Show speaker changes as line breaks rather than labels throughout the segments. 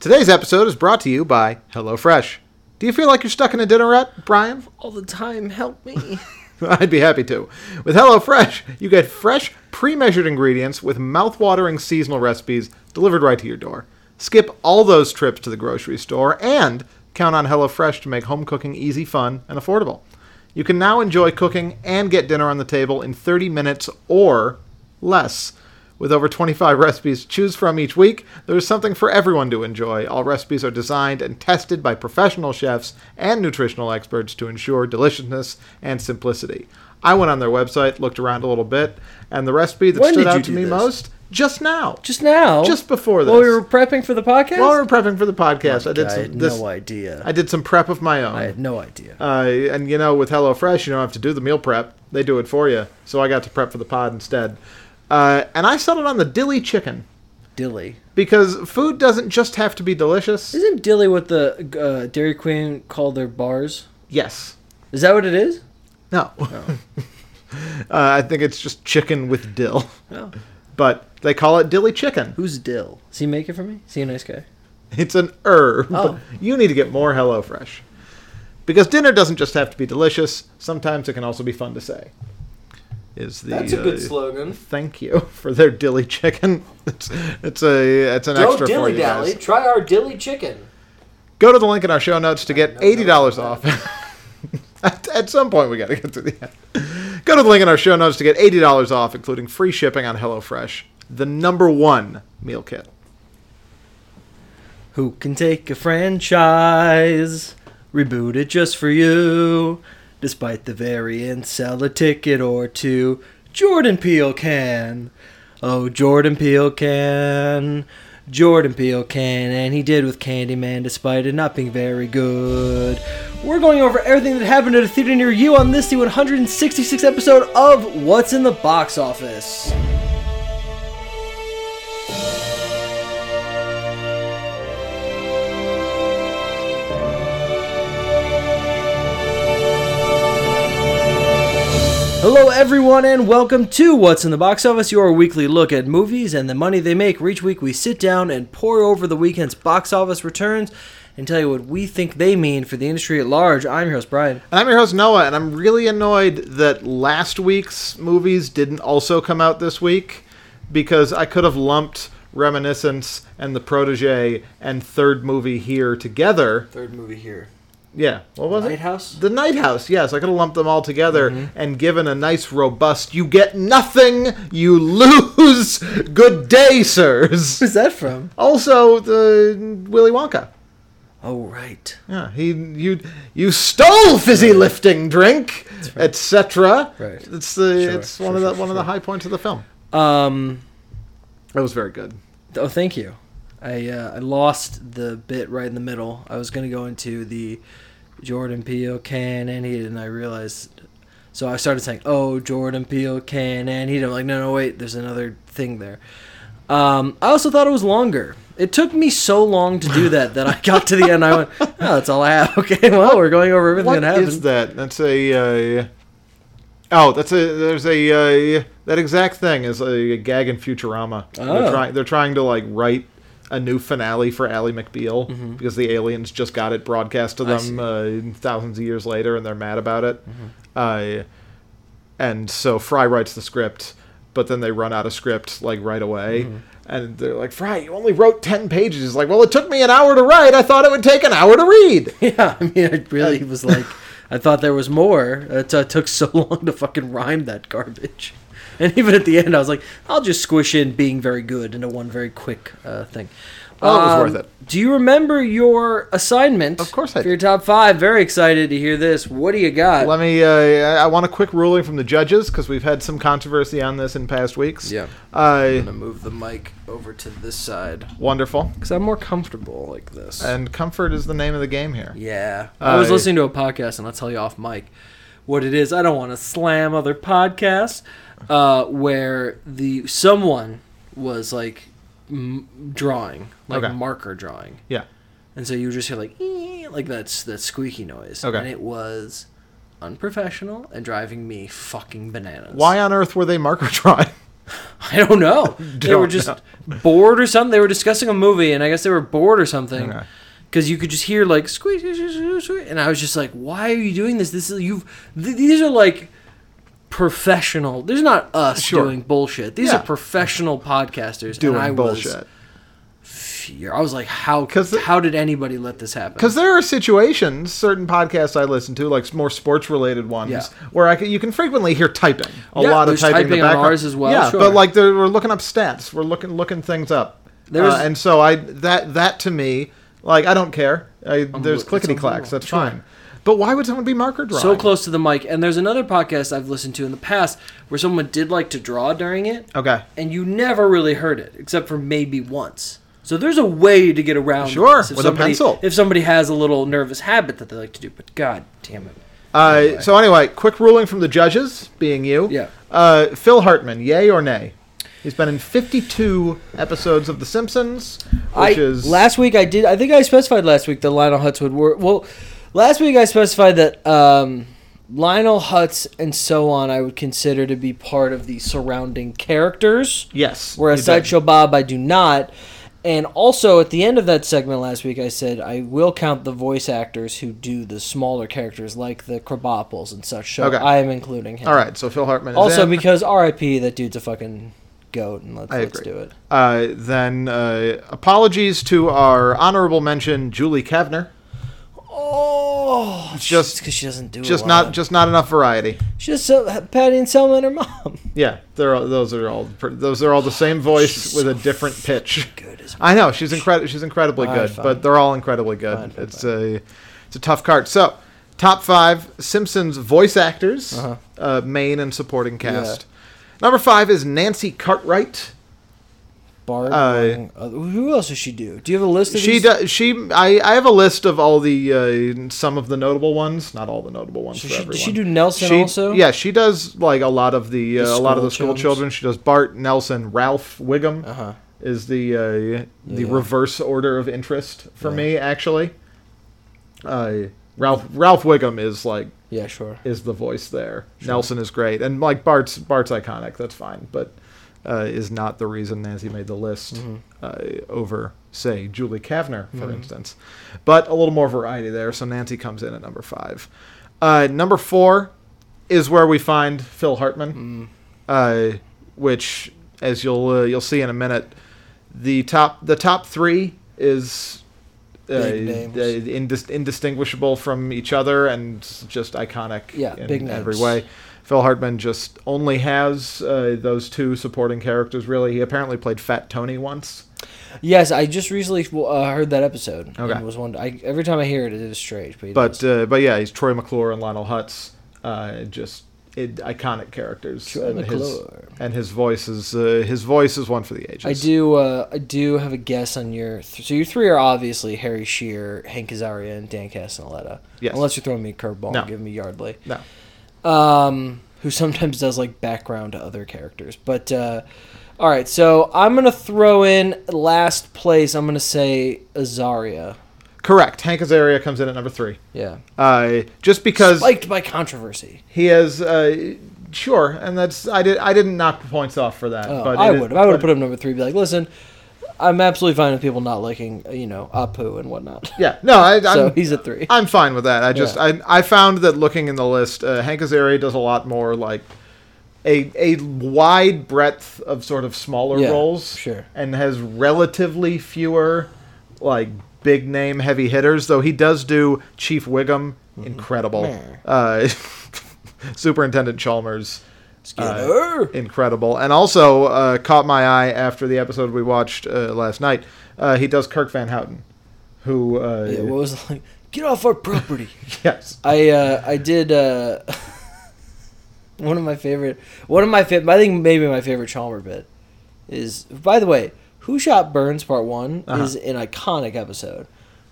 Today's episode is brought to you by HelloFresh. Do you feel like you're stuck in a dinner rut, Brian?
all the time. Help me.
I'd be happy to. With HelloFresh, you get fresh, pre measured ingredients with mouthwatering seasonal recipes delivered right to your door. Skip all those trips to the grocery store and count on HelloFresh to make home cooking easy, fun, and affordable. You can now enjoy cooking and get dinner on the table in 30 minutes or less. With over 25 recipes to choose from each week, there's something for everyone to enjoy. All recipes are designed and tested by professional chefs and nutritional experts to ensure deliciousness and simplicity. I went on their website, looked around a little bit, and the recipe that
When
stood
did you
out to
do
me
this?
most just now.
Just now.
Just before
While
this.
we were prepping for the podcast?
While we were prepping for the podcast, I did
I
some
had
this,
no idea.
I did some prep of my own.
I had no idea.
Uh, and you know, with HelloFresh, you don't have to do the meal prep; they do it for you. So I got to prep for the pod instead, uh, and I settled on the dilly chicken
Dilly.
because food doesn't just have to be delicious.
Isn't Dilly what the uh, Dairy Queen called their bars?
Yes,
Is that what it is?
no. uh, I think it's just chicken with dill,
No.
but they call it dilly chicken.
Who's Dill? Does he make it for me? Is he a nice guy?
It's an herb.
Oh.
You need to get more HelloFresh because dinner doesn't just have to be delicious. Sometimes it can also be fun to say. Is the uh,
slogan.
thank you for their dilly chicken. It's, it's a it's an extra for you guys.
Try our dilly chicken.
Go to the link in our show notes to get
know
eighty dollars
about
off. at, at some point, we got to get to the end. Go to the link in our show notes to get eighty dollars off, including free shipping on HelloFresh, the number one meal kit.
Who can take a franchise, reboot it just for you, despite the variant, sell a ticket or two. Jordan Peele can. Oh, Jordan Peele can. Jordan Peele can, and he did with Candyman despite it not being very good. We're going over everything that happened at a theater near you on this, the 166th episode of What's in the Box Office. Hello, everyone, and welcome to What's in the Box Office, your weekly look at movies and the money they make. For Each week, we sit down and pour over the weekend's box office returns and tell you what we think they mean for the industry at large. I'm your host, Brian.
And I'm your host Noah, and I'm really annoyed that last week's movies didn't also come out this week because I could have lumped Reminiscence and The Protege and third movie here together.
Third movie here.
Yeah, what was it?
Lighthouse?
The Night House. Yes, I could have lumped them all together
Mm-hmm.
and given a nice, robust. You get nothing, you lose. Good day, sirs.
Who's that from?
Also, the Willy Wonka.
Oh, right.
Yeah, he you you stole fizzy lifting drink, etc.
Right.
It's the
Sure,
it's
sure,
one of the
sure,
one of the
sure.
high points of the film.
Um,
That was very good.
oh, thank you. I, uh, I lost the bit right in the middle. I was going to go into the Jordan Peele can, and he, and I realized. So I started saying, "Oh, Jordan Peele can," and he. I'm like, "No, no, wait. There's another thing there." Um, I also thought it was longer. It took me so long to do that that I got to the end. I went, "Oh, that's all I have." Okay, well, we're going over everything
What
that happened.
is that? That's a uh, oh, that's a there's a uh, that exact thing is a, gag in Futurama. They're,
Oh.
try, they're trying to like write a new finale for Ally McBeal because the aliens just got it broadcast to
Mm-hmm. I Mm-hmm.
them uh, thousands of years later and they're mad about it. Uh, and so Fry writes the script, but then they run out of script like right away.
Mm-hmm.
And they're like, Fry, you only wrote 10 pages. He's like, well, it took me an hour to write. I thought it would take an hour to read.
Yeah, I mean, I really was like, I thought there was more. It uh, took so long to fucking rhyme that garbage. And even at the end, I was like, I'll just squish in being very good into one very quick uh, thing. Um,
Oh, it was worth it.
Do you remember your assignment?
Of course I
For your top five. Very excited to hear this. What do you got?
Let me. Uh, I I want a quick ruling from the judges because we've had some controversy on this in past weeks.
Yeah. I'm
Uh,
gonna move the mic over to this side.
wonderful.
Because I'm more comfortable like this.
And comfort is the name of the game here.
yeah. I was
I-
listening to a podcast, and I'll tell you off mic what it is. I don't want to slam other podcasts uh, where the someone was like m- drawing, like
Okay.
marker drawing,
Yeah.
and so you just hear like "Ee," like that's that squeaky noise,
Okay.
and it was unprofessional and driving me fucking bananas.
Why on earth were they marker drawing?
I don't know. they
Don't
were just bored or something. They were discussing a movie, and I guess they were bored or something.
Okay.
Because you could just hear like squeak, squeak, squeak, squeak, squeak, and I was just like, "Why are you doing this? This is you've th- these are like professional. There's not us
Sure.
doing bullshit. These
Yeah.
are professional podcasters
doing
and I Was
bullshit.
fear. I was like, "How?
'Cause the-
how did anybody let this happen?"
Because there are situations, certain podcasts I listen to, like more sports-related ones,
Yeah.
where I c- you can frequently hear typing. A
Yeah,
lot of
there's
typing, in
typing
the
on
background.
ours as well,
Yeah,
sure.
but like they're- we're looking up stats, we're looking looking things up,
There was-
uh, and so I that that to me, like I don't care. I, there's
Um, it's
clickety clacks,
unbelievable.
that's
Sure.
fine. But why would someone be marker drawing?
so close to the mic. And there's another podcast I've listened to in the past where someone did like to draw during it,
Okay.
and you never really heard it except for maybe once. So there's a way to get around.
Sure,
this if
with a
somebody-
pencil.
If somebody has a little nervous habit that they like to do, but god damn it,
Uh, so anyway, quick ruling from the judges, being you.
Yeah.
Uh, Phil Hartman, yay or nay? He's been in 52 episodes of The Simpsons, which
I
is
last week I did. I think I specified last week that Lionel Hutz would work. Well, last week I specified that um, Lionel Hutz and so on I would consider to be part of the surrounding characters.
yes.
Whereas
you did.
Sideshow Bob, I do not. And also at the end of that segment last week, I said I will count the voice actors who do the smaller characters, like the Krabappels and such. So
Okay.
I am including him.
All right, so Phil Hartman. Is
Also,
in.
because R.I.P. That dude's a fucking goat, and let's,
I
let's
agree.
do it.
uh, then uh, apologies to our honorable mention, Julie Kavner.
Oh,
Just-
because she doesn't do
Just
a
not
lot.
just not enough variety.
She's just so, Patty and Selma and her mom.
Yeah, they're all, those are all pr- those are all the same voice
She's
with
so
a different pitch.
Good as
I know she's incredible. She's incredibly
All right,
good,
fine.
but they're all incredibly good.
Fine, fine,
it's a it's a tough card. So, top five Simpsons voice actors, uh
Uh-huh.
main and supporting cast. Number five is Nancy Cartwright.
Bart.
Uh,
Wong, other- who else does she do? Do you have a list of
She
these?
do, she I, I have a list of all the uh, some of the notable ones, not all the notable ones for
So she,
everyone.
does she do Nelson
She-
also?
Yeah, she does like a lot of the, uh,
The
a lot of the school
school
children. She does Bart, Nelson, Ralph, Wiggum.
Uh huh.
is the uh, the
Yeah.
reverse order of interest for
Yeah.
me actually. Uh, Ralph Ralph Wiggum is like
Yeah, sure.
is the voice there. Nelson is great, and like Bart's Bart's iconic. That's fine, but uh, is not the reason Nancy made the list
Mm-hmm.
uh, over say Julie Kavner for instance. But a little more variety there, so Nancy comes in at number five. Uh, number four is where we find Phil Hartman
Mm.
uh, which, as you'll uh, you'll see in a minute, the top the top three is uh,
Big names.
uh, indis- indistinguishable from each other and just iconic
Yeah,
in
big
every
names.
way. Phil Hartman just only has uh, those two supporting characters. Really, he apparently played Fat Tony once.
Yes, I just recently uh, heard that episode.
Okay.
It was one. I, every time I hear it, it is strange. But, he
But
does.
uh, but yeah, he's Troy McClure and Lionel Hutz. Uh, just i iconic characters.
Troy
and his
McClure.
and his voice is uh, his voice is one for the ages.
I do. Uh, I do have a guess on your. Th- so your three are obviously Harry Shearer, Hank Azaria, and Dan Castellaneta.
Yes.
Unless you're throwing me a curveball
No.
and giving me Yardley,
No.
um, who sometimes does like background to other characters. But uh, all right, so I'm gonna throw in last place. I'm gonna say Azaria.
Correct. Hank Azaria comes in at number three.
Yeah.
Uh, just because
Spiked by controversy.
he has, uh, sure, and that's I did I didn't knock points off for that.
Oh,
but
I
it is-
would. I would have
but-
put him number three. Be like, listen, I'm absolutely fine with people not liking, uh, you know, Apu and whatnot.
Yeah, no, I, I'm,
so he's at three.
I'm fine with that. I just
Yeah.
I, I found that looking in the list, uh, Hank Azaria does a lot more like a a wide breadth of sort of smaller
Yeah,
roles,
sure.
and has relatively fewer like big name heavy hitters. Though he does do Chief Wiggum, incredible.
Mm-hmm. Meh.
Uh, Superintendent Chalmers. uh,
Skinner.
incredible. And also uh, caught my eye after the episode we watched uh, last night. Uh, he does Kirk Van Houten, who uh,
yeah, what was it like? Get off our property.
yes,
I uh, I did uh, one of my favorite. One of my favorite. I think maybe my favorite Chalmer bit is. By the way, Who Shot Burns Part One
Uh-huh.
is an iconic episode.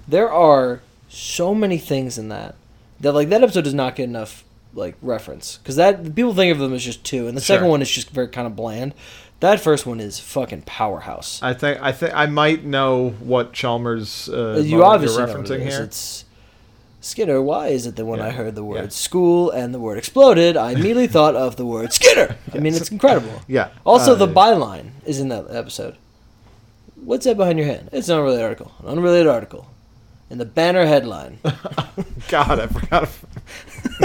There are so many things in that that like that episode does not get enough like reference because that people think of them as just two, and the second
Sure.
one is just very kind of bland. That first one is fucking powerhouse.
I think I think I might know what Chalmers uh, moment
you obviously
you're
know what
referencing
it is.
here.
It's Skinner, why is it that when
Yeah.
I heard the word
Yeah.
school and the word exploded, I immediately thought of the word Skinner? I mean, it's incredible.
Yeah.
Also,
Uh,
the byline is in that episode. What's that behind your hand? It's an unrelated article. An unrelated article. And the banner headline.
God, I forgot.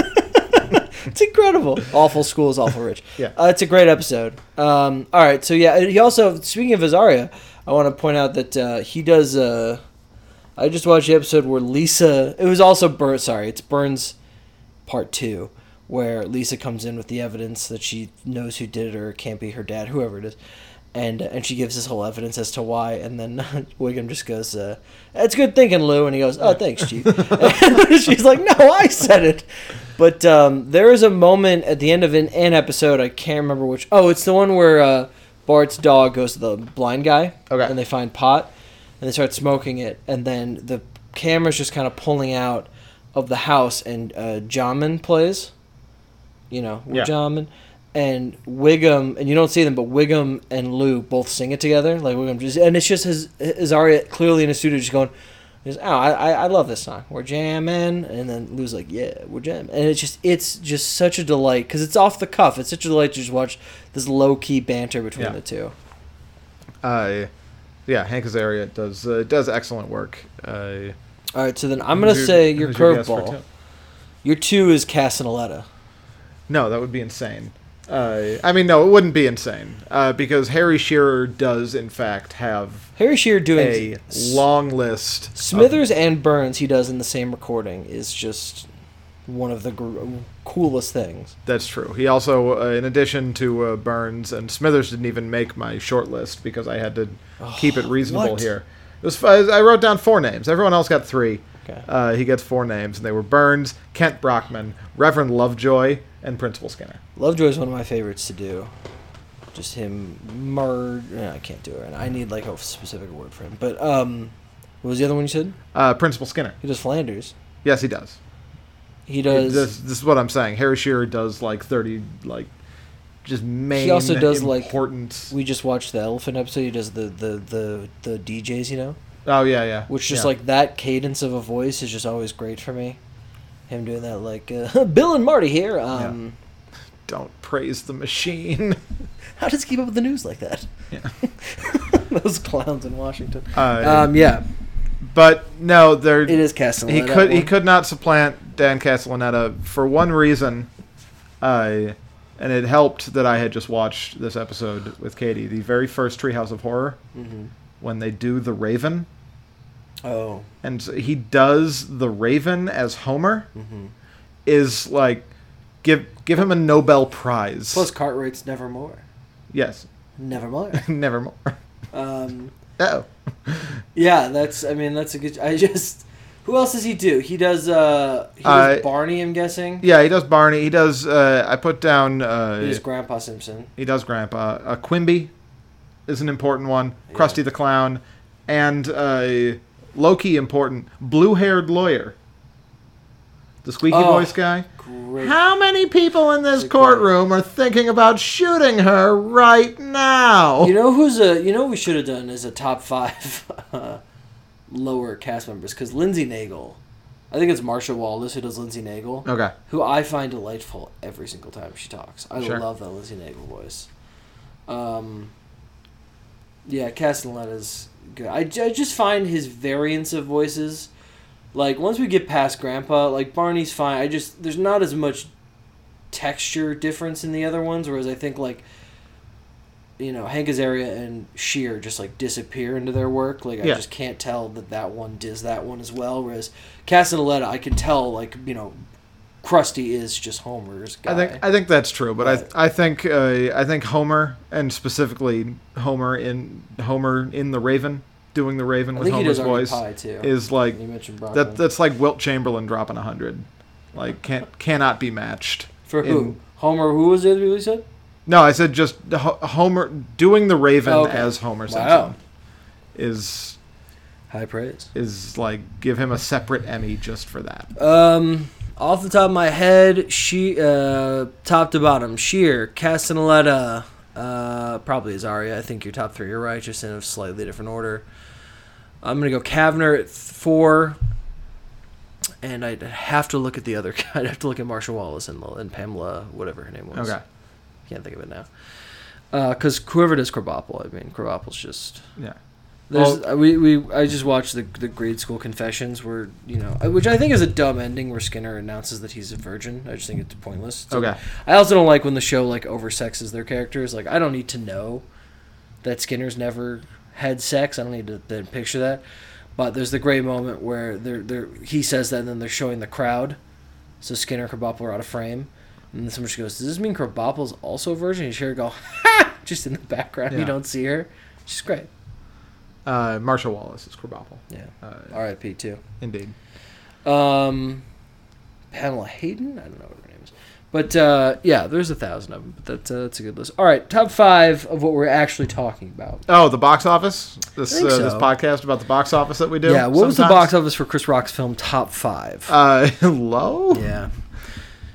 it's incredible. awful school is awful rich.
Yeah.
Uh, it's a great episode. Um, all right. So, yeah, he also, speaking of Azaria, I want to point out that uh, he does. Uh, I just watched the episode where Lisa. It was also Burns. Sorry, it's Burns part two, where Lisa comes in with the evidence that she knows who did it or it can't be her dad, whoever it is. And, uh, and she gives this whole evidence as to why, and then Wiggum just goes, uh, "It's good thinking, Lou." And he goes, "Oh, thanks, Chief." and she's like, "No, I said it." But um, there is a moment at the end of an, an episode I can't remember which. Oh, it's the one where uh, Bart's dog goes to the blind guy,
Okay.
and they find pot, and they start smoking it, and then the camera's just kind of pulling out of the house, and uh, Jamin plays, you know, we're
Yeah.
Jamin, and Wiggum, and you don't see them, but Wiggum and Lou both sing it together, like Wiggum just, and it's just his, his Aria clearly in a studio just going. He goes, oh, I, I, I love this song. We're jamming, and then Lou's like, yeah, we're jamming, and it's just it's just such a delight because it's off the cuff. It's such a delight to just watch this low key banter between
Yeah.
the two.
Uh, yeah, Hank Azaria does uh, does excellent work. Uh,
All right, so then I'm gonna
who's
say your
who's guess for
curveball.
two?
Your two is Casanoletta.
No, that would be insane. Uh, I mean, no, it wouldn't be insane uh, because Harry Shearer does, in fact, have
Harry Shearer doing
a
S-
long list. of-
Smithers and Burns. He does in the same recording is just one of the gr- coolest things.
that's true. He also, uh, in addition to uh, Burns and Smithers, didn't even make my short list because I had to keep it reasonable
what?
here. It was. fi- I wrote down four names. Everyone else got three.
Okay.
Uh, he gets four names, and they were Burns, Kent Brockman, Reverend Lovejoy, and Principal Skinner.
Lovejoy is one of my favorites to do. Just him merge. No, I can't do it. And I need like a specific word for him. But um, what was the other one you said?
Uh, Principal Skinner.
He does Flanders.
Yes, he does.
He
It-
does.
This, this is what I'm saying. Harry Shearer does like 30, like just main.
also does, like,
important.
we just watched the elephant episode. He does the the the the DJs. You know,
oh yeah, yeah.
which just
Yeah.
like that cadence of a voice is just always great for me. Him doing that like uh, Bill and Marty here. Um,
don't praise the machine.
How does he keep up with the news like that?
Yeah.
Those clowns in Washington.
Uh,
Um, yeah,
but no, there.
it is Castaneda.
He could he could not supplant Dan Castellaneta for one reason, uh, and it helped that I had just watched this episode with Katie, the very first Treehouse of Horror,
hmm
when they do the Raven,
Oh,
and he does the Raven as Homer, is like give give him a Nobel Prize.
plus Cartwright's Nevermore.
yes,
Nevermore.
nevermore.
Um,
Oh,
yeah, that's. I mean, that's a good. I just. Who else does he do? He does. uh He does
Uh,
Barney. I'm guessing.
yeah, he does Barney. He does. Uh, I put down. Uh,
He does Grandpa Simpson.
He does Grandpa. Uh, Quimby is an important one.
Yeah.
Krusty the Clown, and uh, Loki important. Blue-haired lawyer, the squeaky
Oh,
voice guy.
Great.
How many people in this
Good call.
courtroom are thinking about shooting her right now?
You know who's a you know what we should have done is a top five uh, lower cast members because Lindsay Nagel, I think it's Marsha Wallace who does Lindsay Nagel,
okay.
who I find delightful every single time she talks. I
Sure.
love that Lindsay Nagel voice. Um, yeah, Castanella's good. I, ju- I just find his variance of voices, like once we get past Grandpa, like Barney's fine. I just there's not as much texture difference in the other ones, whereas I think like you know Hank Azaria and Sheer just like disappear into their work. Like
Yeah.
I just can't tell that that one does that one as well. Whereas Castaneda, I can tell like you know Krusty is just Homer's guy.
I think I think that's true, but
Right.
I I think uh, I think Homer and specifically Homer in Homer in the Raven doing the Raven
I
with
think he does
Homer's
Artie
voice
Pie too.
is like
you mentioned Brockman.
That that's like Wilt Chamberlain dropping hundred, like can't cannot be matched.
For who?
in-
Homer? Who was the other people you said?
No, I said just Ho- Homer doing the Raven
Oh, okay.
as Homer Simpson
Wow.
is
High praise.
is like give him a separate Emmy just for that.
Um, off the top of my head, she uh, top to bottom, Sheer, Castaneda, uh, probably Azaria. I think your top three are right, just in a slightly different order. I'm gonna go Kavner at th- four, and I'd have to look at the other guy. I'd have to look at Marshall Wallace and, and Pamela, whatever her name was.
Okay.
Can't think of it now. Because whoever does Krabappel, I mean, Krabappel's just.
Yeah.
There's, uh, we, we I just watched the the grade school confessions where you know I- which I think is a dumb ending where Skinner announces that he's a virgin. I just think it's pointless. So-
Okay.
I also don't like when the show like oversexes their characters. Like I don't need to know that Skinner's never had sex. I don't need to then picture that. But there's the great moment where they're they're he says that and then they're showing the crowd. So Skinner and Krabappel are out of frame. And then someone just goes, Does this mean Krabappel's also a virgin? And Sherry go, Ha just in the background.
Yeah.
You don't see her. She's great.
Uh, Marshall Wallace is Krabappel.
Yeah.
Uh,
R.I.P. too.
Indeed.
Um, Pamela Hayden. I don't know what her name is, but uh, yeah, there's a thousand of them. But that's uh, that's a good list. All right, top five of what we're actually talking about.
Oh, the box office. This
I think
uh, this
so.
podcast about the box office that we do.
yeah, what was the box
sometimes.
office for Chris Rock's film Top Five?
Uh, low.
yeah,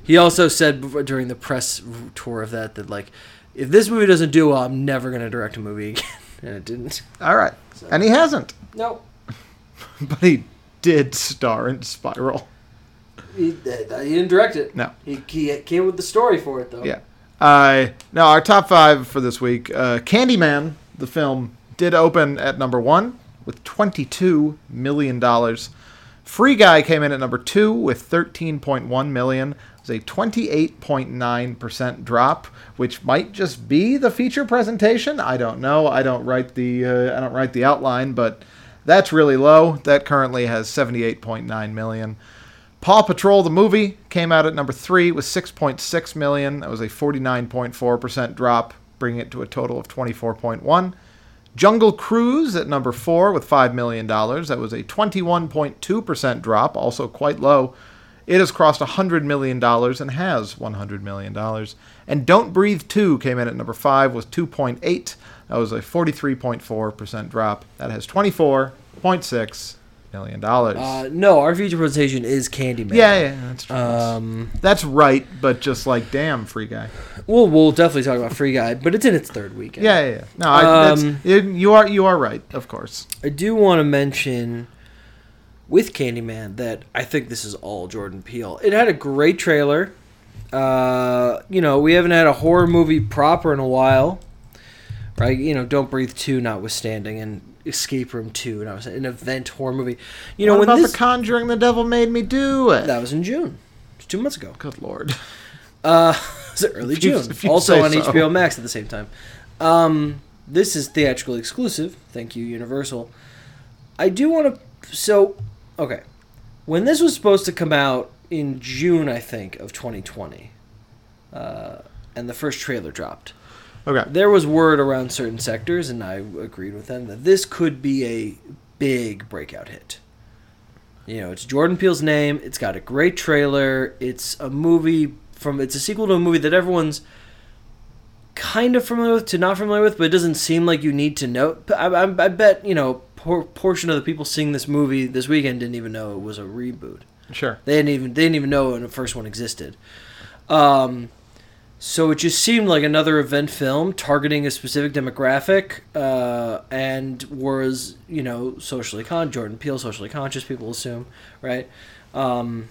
he also said before- during the press tour of that that like, if this movie doesn't do well, I'm never gonna direct a movie again, and it didn't.
All right,
So-
and he hasn't,
No,
but he did star in Spiral.
he, uh, he didn't direct it.
No.
he, he came with the story for it though.
Yeah. Uh, now our top five for this week. Uh, Candyman, the film, did open at number one with twenty-two million dollars. Free Guy came in at number two with thirteen point one million. It was a twenty-eight point nine percent drop, which might just be the feature presentation. I don't know. I don't write the uh, I don't write the outline, but that's really low. That currently has seventy-eight point nine million. Paw Patrol the movie came out at number three with 6.6 million. That was a 49.4% drop, bringing it to a total of 24.1. Jungle Cruise at number four with $5 million. That was a 21.2% drop, also quite low. It has crossed $100 million and has $100 million. And Don't Breathe 2 came in at number five with 2.8. That was a 43.4% drop. That has $24.6 million.
Uh,
Uh, no, our feature presentation is Candyman.
Yeah, yeah, that's true.
Um,
that's right, but just like, damn, free guy.
We'll we'll definitely talk about Free Guy, but it's in its third weekend.
Yeah, yeah, yeah. No, I, that's,
Um,
it- you are you are right, of course.
I do want to mention with Candyman that I think this is all Jordan Peele. It had a great trailer. Uh, you know, we haven't had a horror movie proper in a while, right? You know, Don't Breathe Two, notwithstanding, and Escape Room Two, and I was an event horror movie. You know,
what
when
about
this
the Conjuring? The devil made me do it.
that was in June, It's two months ago.
Good lord.
Uh, was it early
If you-
June?
if you
also
say
on
so.
HBO Max at the same time. Um, this is theatrical exclusive. Thank you, Universal. I do want to. So, okay, when this was supposed to come out in June, I think of 2020, uh, and the first trailer dropped.
Okay.
There was word around certain sectors, and I agreed with them that this could be a big breakout hit. You know, it's Jordan Peele's name. It's got a great trailer. It's a movie from. It's a sequel to a movie that everyone's kind of familiar with to not familiar with, but it doesn't seem like you need to know. P- I, I, I bet you know por- portion of the people seeing this movie this weekend didn't even know it was a reboot.
Sure.
They didn't even they didn't even know when the first one existed. Um, so it just seemed like another event film targeting a specific demographic, uh, and was you know socially con Jordan Peele socially conscious people assume right, um,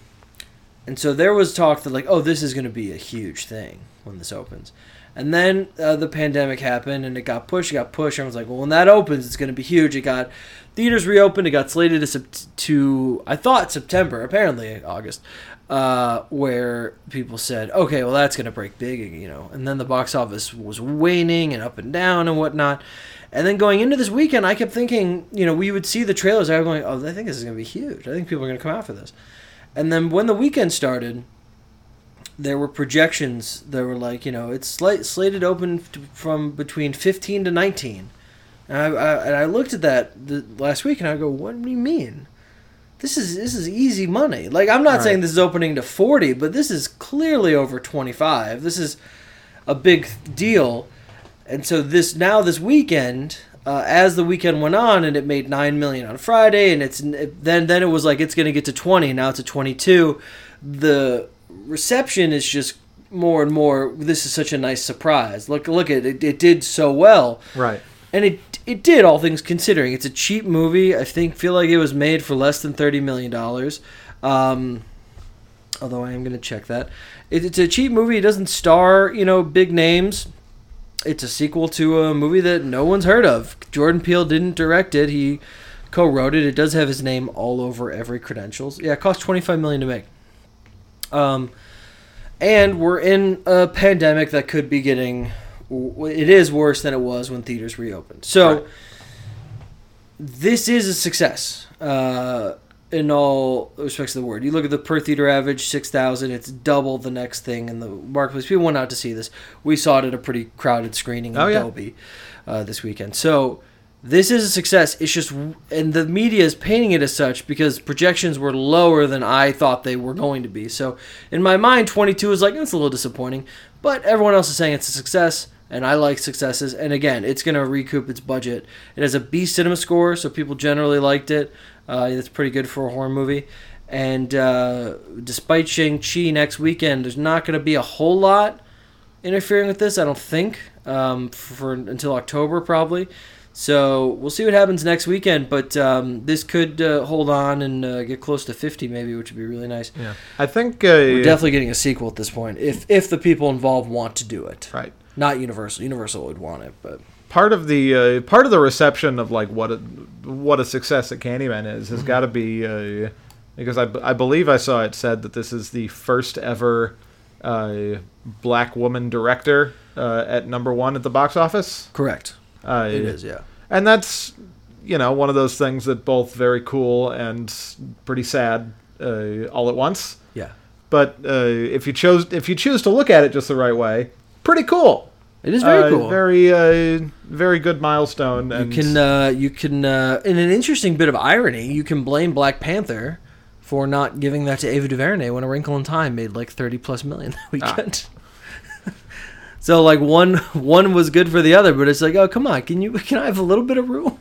and so there was talk that like oh this is going to be a huge thing when this opens. And then uh, the pandemic happened, and it got pushed. It got pushed. Everyone's like, "Well, when that opens, it's going to be huge." It got theaters reopened. It got slated to, sept- to I thought September, apparently August, uh, where people said, "Okay, well, that's going to break big," you know. And then the box office was waning and up and down and whatnot. And then going into this weekend, I kept thinking, you know, we would see the trailers. I was going, "Oh, I think this is going to be huge. I think people are going to come out for this." And then when the weekend started there were projections that were like, you know, it's slight, slated open to, from between 15 to 19. And I, I, and I looked at that the, last week and I go, what do you mean? This is this is easy money. Like I'm not
Right.
saying this is opening to 40, but this is clearly over 25. This is a big deal. And so this now this weekend, uh, as the weekend went on, and it made nine million on Friday, and it's it, then then it was like it's going to get to twenty. Now it's at twenty two. The reception is just more and more. This is such a nice surprise. Look look at it. It did so well
Right.
and it it did all things considering. It's a cheap movie. I think feel like it was made for less than thirty million dollars. Um, although I am going to check that. It, it's a cheap movie. It doesn't star you know big names. It's a sequel to a movie that no one's heard of. Jordan Peele didn't direct it. He co-wrote it. It does have his name all over every credentials. Yeah, it cost twenty five million to make. Um, and we're in a pandemic that could be getting. It is worse than it was when theaters reopened. So
Right.
this is a success uh, in all respects of the word. You look at the per theater average, 6,000, it's double the next thing in the marketplace. People went out to see this. We saw it at a pretty crowded screening in
Oh, yeah.
Dolby uh, this weekend. So this is a success. It's just, and the media is painting it as such because projections were lower than I thought they were going to be. So in my mind, 22 is like, that's a little disappointing. But everyone else is saying it's a success, and I like successes. And again, it's going to recoup its budget. It has a B cinema score, so people generally liked it. Uh, that's pretty good for a horror movie. And uh, despite Shang-Chi next weekend, there's not going to be a whole lot interfering with this, I don't think, um, for until October probably. So we'll see what happens next weekend, but um, this could uh, hold on and uh, get close to 50 maybe, which would be really nice.
Yeah, I think
We're
uh,
definitely getting a sequel at this point, if if the people involved want to do it.
right.
Not Universal. Universal would want it, but
part of the uh, part of the reception of like what a what a success that Candyman is has got to be uh, because I, b- I believe I saw it said that this is the first ever uh, black woman director uh, at number one at the box office.
correct.
Uh,
It is, yeah.
and that's you know one of those things that both very cool and pretty sad uh, all at once.
Yeah.
But uh, if you chose if you choose to look at it just the right way, pretty cool.
It is very
Uh,
cool.
Very, uh, very good milestone. And
you can uh, you can uh, in an interesting bit of irony, you can blame Black Panther for not giving that to Ava DuVernay when A Wrinkle in Time made like thirty plus million that weekend. so like one one was good for the other, but it's like oh come on, can you can I have a little bit of room?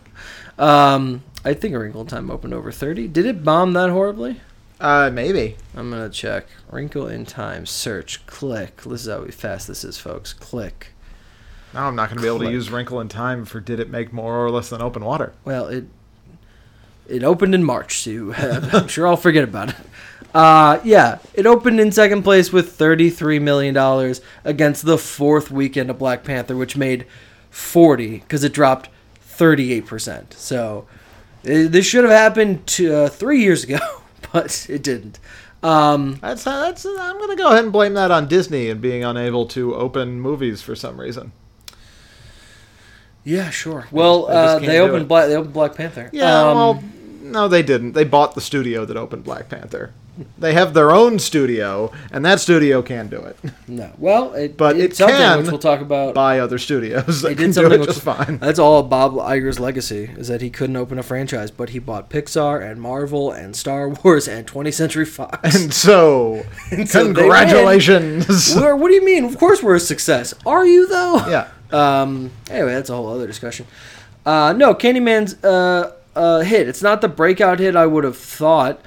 Um, I think A Wrinkle in Time opened over thirty. Did it bomb that horribly?
uh, maybe
I'm gonna check. Wrinkle in Time. Search. Click. This is how fast this is, folks. Click.
now I'm not going to be able to
Click.
use Wrinkle in Time for did it make more or less than open water?
Well, it it opened in March, so you- I'm sure I'll forget about it. Uh, yeah, it opened in second place with 33 million dollars against the fourth weekend of Black Panther, which made 40 because it dropped 38 percent. So i this should have happened t uh, three years ago, but it didn't. Um,
That's that's. I'm going to go ahead and blame that on Disney and being unable to open movies for some reason.
yeah, sure. Well,
I just
uh,
can't
they
do
opened
it.
Black. They opened Black Panther.
Yeah,
Um,
well, no, they didn't. They bought the studio that opened Black Panther. They have their own studio, and that studio can do it.
no. Well, it,
But
it's
it
something
can
which we'll talk about.
Buy other studios that
They
can
did
do
something
it
with-
just fine.
That's all of Bob Iger's legacy is that he couldn't open a franchise, but he bought Pixar and Marvel and Star Wars and 20th Century Fox.
And so,
so they win.
congratulations.
We're- what do you mean? Of course we're a success. Are you though?
yeah.
Um. Anyway, that's a whole other discussion. Uh, no, Candyman's uh, uh hit. It's not the breakout hit I would have thought,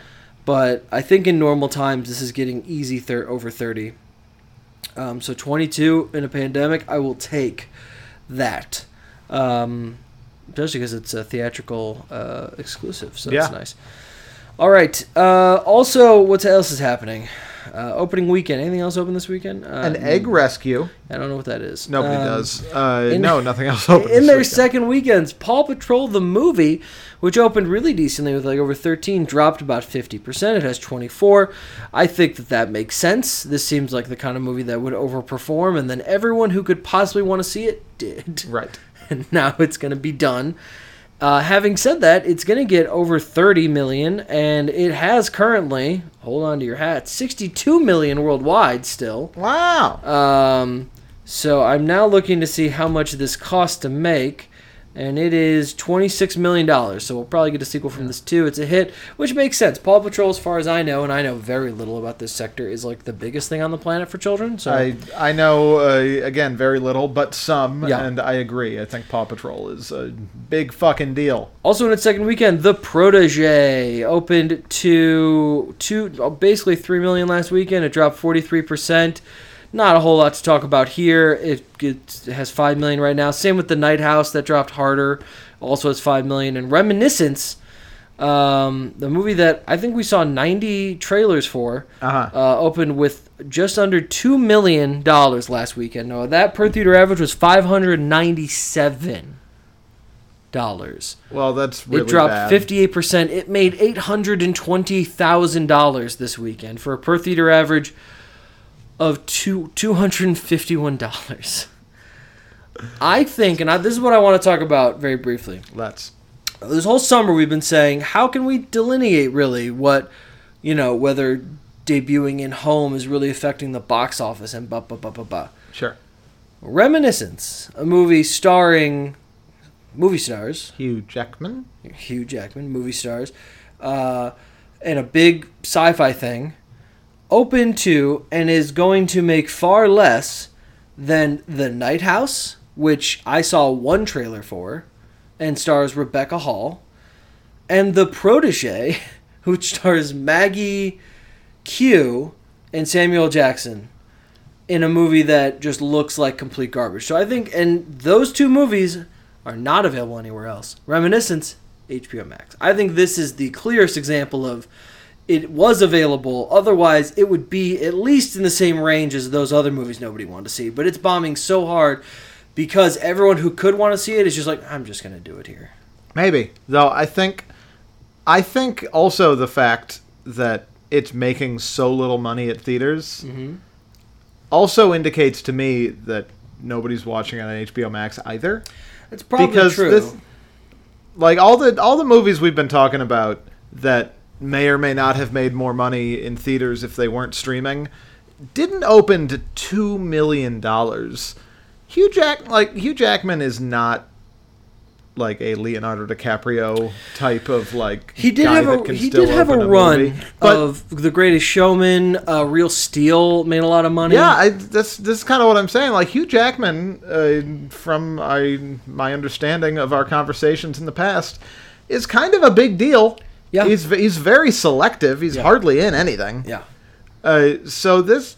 but I think in normal times this is getting easy thir- over thirty. Um, so twenty two in a pandemic, I will take that. Um, especially because it's a theatrical uh, exclusive, so
Yeah.
that's nice. All right. Uh, also, what else is happening? Uh, opening weekend. Anything else open this weekend? Uh,
An egg rescue.
I don't know what that is.
Um, Nobody
Um,
does. Uh,
in-
no, nothing else opens.
in
this
their
weekend.
second weekends, Paw Patrol the movie, which opened really decently with like over 13, dropped about 50%. It has 24. I think that that makes sense. This seems like the kind of movie that would overperform, and then everyone who could possibly want to see it did.
Right.
And now it's going to be done. Uh, having said that, it's going to get over 30 million, and it has currently, hold on to your hat, 62 million worldwide still.
Wow.
Um, so I'm now looking to see how much this costs to make, and it is $26 million. So we'll probably get a sequel from this too. It's a hit, which makes sense. Paw Patrol, as far as I know, and I know very little about this sector, is like the biggest thing on the planet for children. So
I I know uh, again very little, but some,
Yeah.
and I agree. I think Paw Patrol is a big fucking deal.
Also in its second weekend, The Protege uh, opened to two, basically three million last weekend. It dropped forty three percent. Not a whole lot to talk about here. It, it has five million right now. Same with the Night House that dropped harder, also has five million. And Reminiscence, um, the movie that I think we saw ninety trailers for,
Uh-huh.
uh, opened with just under two million dollars last weekend. Now that per theater average was five hundred ninety-seven dollars.
Well, that's really
it dropped
bad.
fifty eight percent. It made eight hundred and twenty thousand dollars this weekend for a per theater average of two two hundred and fifty one dollars. I think, and I, this is what I want to talk about very briefly.
Let's.
This whole summer we've been saying, how can we delineate really what, you know, whether debuting in home is really affecting the box office and blah blah blah blah blah.
Sure.
Reminiscence, a movie starring movie stars
Hugh Jackman.
Hugh Jackman, movie stars, uh, and a big sci fi thing, open to and is going to make far less than The Night House, which I saw one trailer for, and stars Rebecca Hall, and The Protege, which stars Maggie Q and Samuel Jackson. In a movie that just looks like complete garbage. So I think, and those two movies are not available anywhere else. Reminiscence, HBO Max. I think this is the clearest example of it was available. Otherwise, it would be at least in the same range as those other movies nobody wanted to see. But it's bombing so hard because everyone who could want to see it is just like, I'm just going to do it here.
Maybe though. I think, I think also the fact that it's making so little money at theaters also indicates to me that nobody's watching it on HBO Max either.
It's probably true.
like all the all the movies we've been talking about that may or may not have made more money in theaters if they weren't streaming didn't open to 2 million dollars. Hugh Jack like Hugh Jackman is not like a Leonardo DiCaprio type of like
He did
guy
have
that
a
can
he
still
did have a
open
run
movie. but
of The Greatest Showman, uh, Real Steel made a lot of money.
yeah, I, that's this is kind of what I'm saying. Like Hugh Jackman, uh, from I my understanding of our conversations in the past, is kind of a big deal.
Yeah.
he's he's very selective. He's hardly in anything.
yeah.
Uh, so this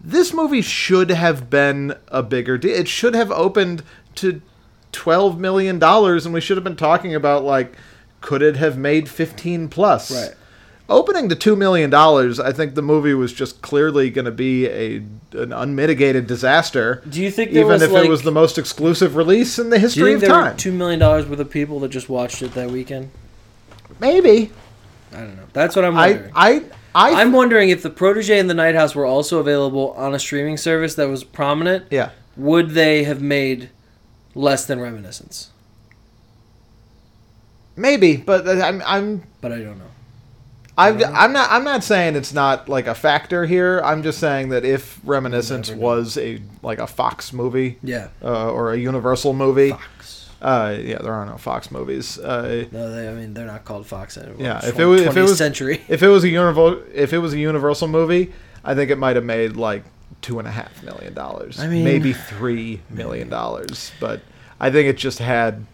this movie should have been a bigger deal. It should have opened to twelve million dollars, and we should have been talking about like could it have made fifteen plus?
Right.
Opening to two million dollars, I think the movie was just clearly going to be a an unmitigated disaster.
Do you think there
even
was,
if
like-
it was the most exclusive release in the
Do you
history
think
of
there
time?
were two million dollars worth of people that just watched it that weekend?
Maybe.
I don't know. That's what I'm
I
wondering. I,
I I
am wondering if the Protege and the Night House were also available on a streaming service that was prominent.
yeah.
Would they have made less than Reminiscence?
Maybe, but I'm I'm
But I don't know.
I'm, I'm not I'm not saying it's not like a factor here. I'm just saying that if Reminiscence was a like a Fox movie
Yeah.
uh, or a Universal movie,
Fox.
uh, yeah, there are no Fox movies. Uh,
No, they, I mean they're not called Fox anymore.
Yeah,
It's
if
from
it was- if it
20th
was-
century.
if it was a Universal if it was a Universal movie, I think it might have made like two and a half million dollars,
I mean-
maybe three million dollars. But I think it just had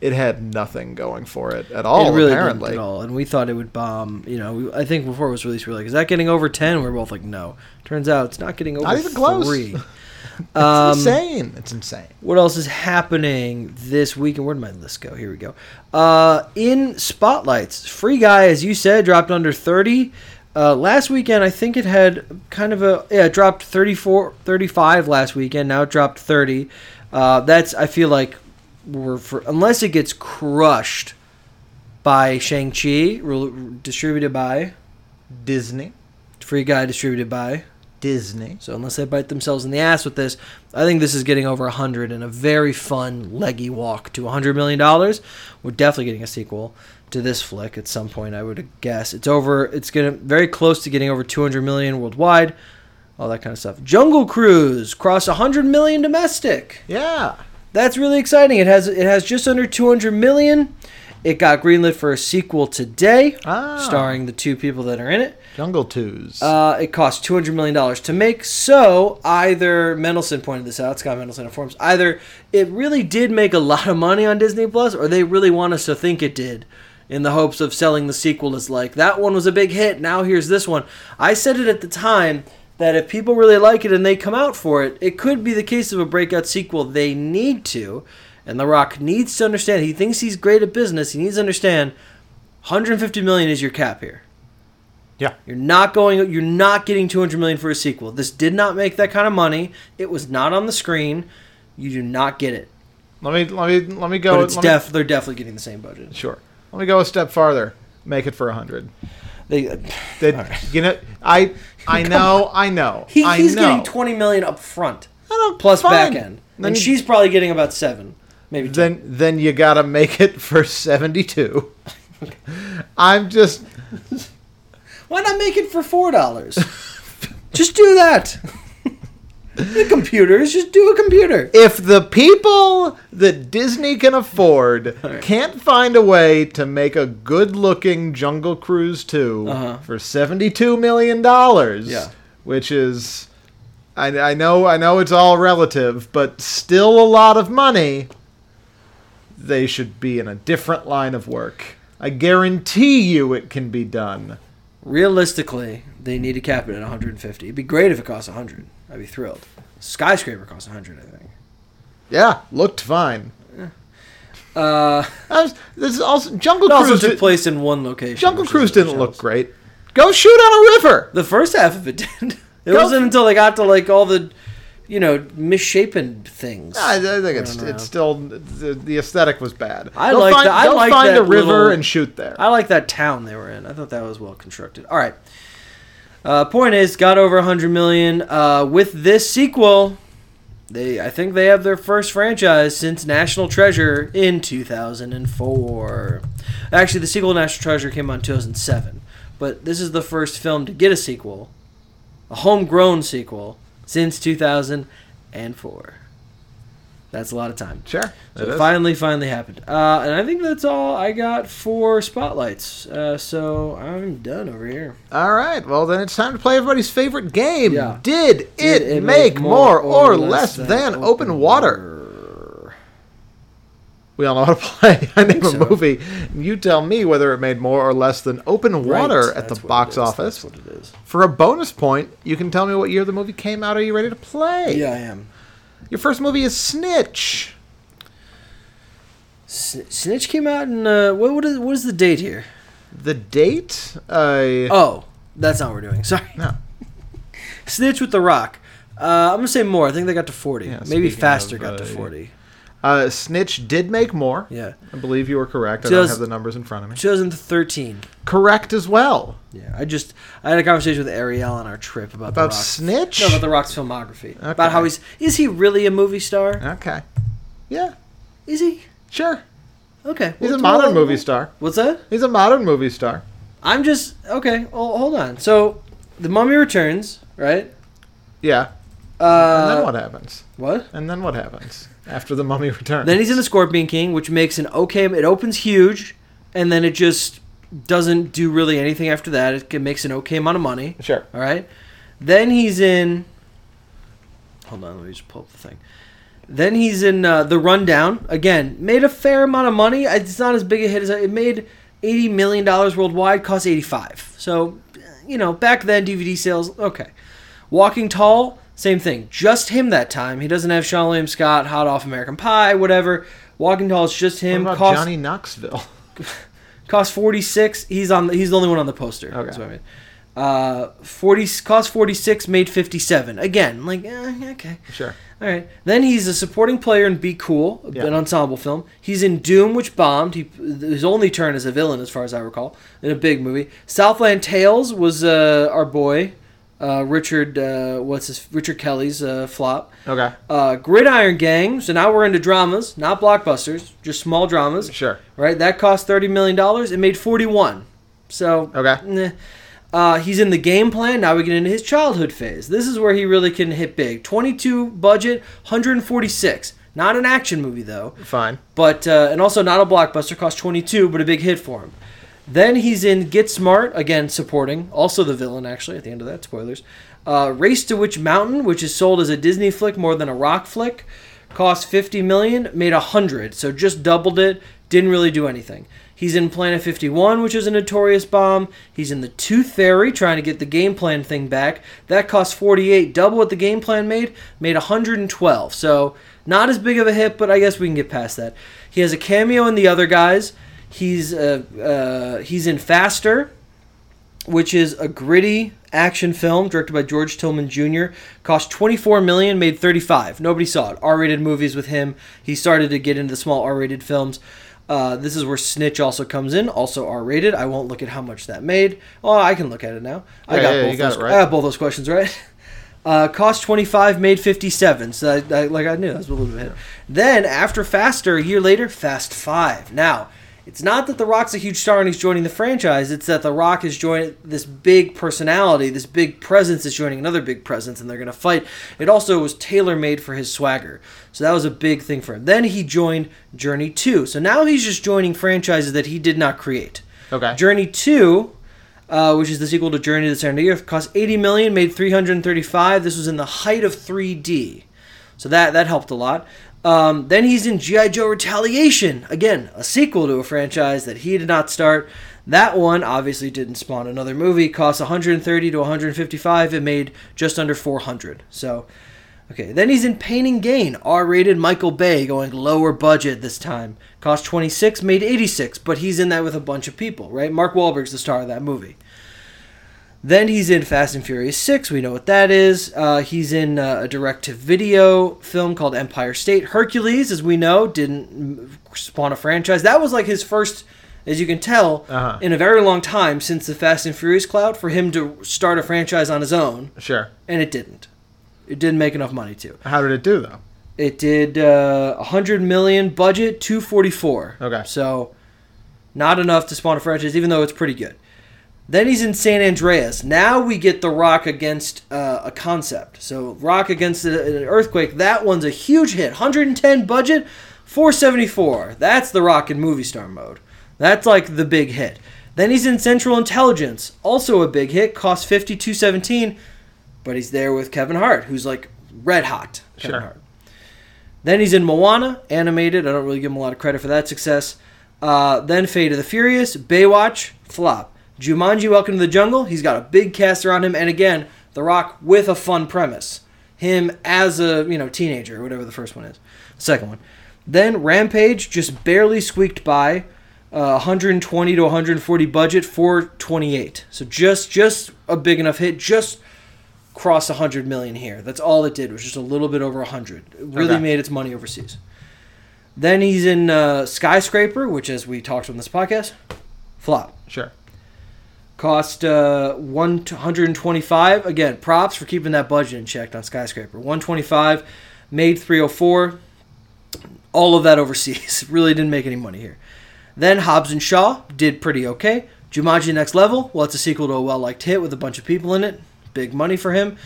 it had nothing going for it at all.
it really
apparently,
didn't at all, and we thought it would bomb. You know, we, I think before it was released, we were like, "Is that getting over 10? We We're both like, "No." Turns out it's not getting over
Not even close.
three.
it's
Um,
insane. It's insane.
What else is happening this weekend? Where'd my list go? Here we go. Uh, in spotlights, Free Guy, as you said, dropped under 30. Uh, last weekend, I think it had kind of a yeah, it dropped 34, 35 last weekend. Now it dropped 30. Uh, that's I feel like we're for, unless it gets crushed by Shang Chi, distributed by
Disney,
Free Guy, distributed by
Disney.
so unless they bite themselves in the ass with this, I think this is getting over 100 and a very fun leggy walk to 100 million dollars. We're definitely getting a sequel to this flick at some point, I would guess. It's over it's going to very close to getting over 200 million worldwide. All that kind of stuff. Jungle Cruise crossed 100 million domestic.
Yeah.
That's really exciting. It has it has just under 200 million. It got greenlit for a sequel today,
Ah.
starring the two people that are in it.
Jungle Twos.
Uh, it cost two hundred million dollars to make. So either Mendelsohn pointed this out. Scott Mendelsohn informs either it really did make a lot of money on Disney Plus, or they really want us to think it did, in the hopes of selling the sequel as like that one was a big hit. Now here's this one. I said it at the time that if people really like it and they come out for it, it could be the case of a breakout sequel. They need to, and The Rock needs to understand. He thinks he's great at business. He needs to understand. 150 million is your cap here.
Yeah.
You're not going. You're not getting 200 million for a sequel. This did not make that kind of money. It was not on the screen. You do not get it.
Let me let me let me go.
But it's
let me-
def. They're definitely getting the same budget.
Sure. Let me go a step farther. Make it for a hundred.
They,
That you know, I I know, I know,
He,
I
he's
know.
getting 20 million up front
I don't-
plus
fine.
back end,
Then
and
you-
she's probably getting about seven, maybe. ten.
Then then you gotta make it for seventy two. I'm just
Why not make it for four dollars? just do that. the computers, just do a computer.
if the people that Disney can afford can't find a way to make a good looking Jungle Cruise 2 for $72 million,
Uh-huh. Yeah.
which is, I, I know, I know it's all relative, but still a lot of money, they should be in a different line of work. I guarantee you it can be done.
Realistically, they need to cap it at 150. It'd be great if it cost 100. I'd be thrilled. Skyscraper costs 100, I think.
Yeah, looked fine.
Uh,
I was- this is also Jungle
it also
Cruise.
took
di-
place in one location.
Jungle
which is
Cruise
the
didn't look
shells.
great. Go shoot on a river.
The first half of it did. It
Go-
wasn't until they got to like all the, you know, misshapen things.
I, I think it's
Running
it's
around.
still the, the aesthetic was bad.
I
Go
like
find,
that- I
go
like
find
that
a river
little-
and shoot there.
I like that town they were in. I thought that was well constructed. All right. Uh, point is, got over 100 million. Uh, with this sequel, they I think they have their first franchise since National Treasure in 2004. Actually, the sequel to National Treasure came out in 2007, but this is the first film to get a sequel, a homegrown sequel since 2004. That's a lot of time.
sure.
So
it
it
is.
finally, finally happened. Uh, and I think that's all I got for spotlights. Uh, so I'm done over here.
All right. Well, then it's time to play everybody's favorite game.
Yeah.
Did, it, make, more or, less than, open water? We all know how to play. I name
think
a
so.
movie. You tell me whether it made more or less than open water
Right,
at the
that's what
box
it is,
office.
That's what it is.
For a bonus point, you can tell me what year the movie came out. Are you ready to play?
Yeah, I am.
Your first movie is Snitch.
Sn- Snitch came out in uh, what? What is, what is the date here?
The date? Uh,
Oh, that's not what we're doing. Sorry.
No.
Snitch with the Rock. Uh, I'm gonna say more. I think they got to 40.
Yeah,
Maybe
speaking
faster
of,
got to
uh,
40.
Uh, Snitch did make more.
Yeah,
I believe you were correct. I
Does-
don't have the numbers in front of me.
2013.
Correct as well.
Yeah, I just I had a conversation with Ariel on our trip about the
About
Rock.
Snitch?
No, about The Rock's filmography.
Okay.
About how he's is he really a movie star?
okay. Yeah,
Is he?
sure.
Okay.
He's
well,
a modern
well,
movie star.
What's that?
He's a modern movie star.
I'm just okay. Well, hold on. So, The Mummy Returns, right?
Yeah. And then
Uh,
what happens?
what?
And then what happens after the mummy returns?
Then he's in The Scorpion King, which makes an okay. It opens huge, and then it just doesn't do really anything after that. It can- makes an okay amount of money.
sure.
All right. Then he's in. Hold on, let me just pull up the thing. Then he's in uh, the rundown again. Made a fair amount of money. It's not as big a hit as it made. Eighty million dollars worldwide. Cost eighty-five. So, you know, back then DVD sales okay. Walking Tall, same thing. Just him that time. He doesn't have Sean William Scott, Hot Off American Pie, whatever. Walking Tall is just
What
him.
about
Cost
Johnny Knoxville?
cost 46 he's on he's the only one on the poster
Okay.
that's what i mean uh 40 cost 46 made 57 again like eh, okay
Sure.
all right then he's a supporting player in be cool
Yeah.
an ensemble film he's in doom which bombed he his only turn as a villain as far as i recall in a big movie southland tales was uh our boy uh richard uh what's his richard kelly's uh flop
Okay.
uh gridiron gang so now we're into dramas not blockbusters just small dramas
Sure.
right? That cost thirty million dollars. It made forty-one. So
Okay.
meh. Uh, he's in the game plan. Now we get into his childhood phase. This is where he really can hit big. Twenty-two budget, hundred and forty-six. Not an action movie though,
Fine.
but uh, and also not a blockbuster. Cost twenty-two, but a big hit for him. Then he's in Get Smart again, supporting also the villain. Actually, at the end of that, spoilers. Uh, Race to Witch Mountain, which is sold as a Disney flick more than a rock flick, cost fifty million, made a hundred, so just doubled it. Didn't really do anything. He's in Planet 51, which is a notorious bomb. He's in the Tooth Fairy, trying to get the game plan thing back. That cost 48, double what the game plan made, made 112. So not as big of a hit, but I guess we can get past that. He has a cameo in The Other Guys. He's uh, uh, he's in Faster, which is a gritty action film directed by George Tillman Jr. Cost 24 million, made 35. Nobody saw it. R-rated movies with him. He started to get into the small R-rated films. Uh, this is where Snitch also comes in, also R-rated. I won't look at how much that made. Oh, I can look at it now. I
Yeah,
got
yeah,
both
you got
those,
it right.
I got both those questions right. Uh, cost 25, made 57. So, I, I, like I knew, that was a little bit. Then, after Faster, a year later, Fast 5. Now, it's not that The Rock's a huge star and he's joining the franchise. It's that The Rock is joining this big personality, this big presence is joining another big presence, and they're going to fight. It also was tailor made for his swagger. So, that was a big thing for him. Then he joined Journey 2. So, now he's just joining franchises that he did not create.
Okay.
Journey Two, uh, which is the sequel to Journey to the Center of the Earth, cost eighty million, made three hundred and thirty-five. This was in the height of three D, so that that helped a lot. Um, then he's in GI Joe Retaliation, again a sequel to a franchise that he did not start. That one obviously didn't spawn another movie. Cost one hundred and thirty to one hundred and fifty-five. It made just under four hundred. So. Okay, then he's in Pain and Gain, R-rated Michael Bay, going lower budget this time. Cost 26, made 86, but he's in that with a bunch of people, right? Mark Wahlberg's the star of that movie. Then he's in Fast and Furious 6, we know what that is. Uh, he's in uh, a direct-to-video film called Empire State. Hercules, as we know, didn't mm, spawn a franchise. That was like his first, as you can tell,
Uh-huh.
in a very long time since the Fast and Furious cloud, for him to start a franchise on his own,
Sure.
and it didn't. It didn't make enough money to.
How did it do though?
It did uh, 100 million budget, 244.
Okay.
So not enough to spawn a franchise, even though it's pretty good. Then he's in San Andreas. Now we get The Rock against uh, a concept. So Rock against a- an earthquake. That one's a huge hit. 110 budget, 474. That's The Rock in movie star mode. That's like the big hit. Then he's in Central Intelligence. Also a big hit. Cost 5217. But he's there with Kevin Hart, who's like red hot. Kevin
Sure.
Hart. Then he's in Moana, animated. I don't really give him a lot of credit for that success. Uh, then Fate of the Furious, Baywatch, flop. Jumanji, Welcome to the Jungle. He's got a big cast around him, and again, The Rock with a fun premise. Him as a you know teenager, whatever the first one is, second one. Then Rampage just barely squeaked by, uh, 120 to 140 budget, 428. So just just a big enough hit, just cross 100 million here. That's all it did, was just a little bit over 100. It really
Okay.
made its money overseas. Then he's in uh, Skyscraper, which, as we talked on this podcast, flop.
Sure.
Cost uh, 125. Again, props for keeping that budget in check on Skyscraper. 125, made 304. All of that overseas. really didn't make any money here. Then Hobbs and Shaw did pretty okay. Jumanji Next Level, well, it's a sequel to a well liked hit with a bunch of people in it. Big money for him.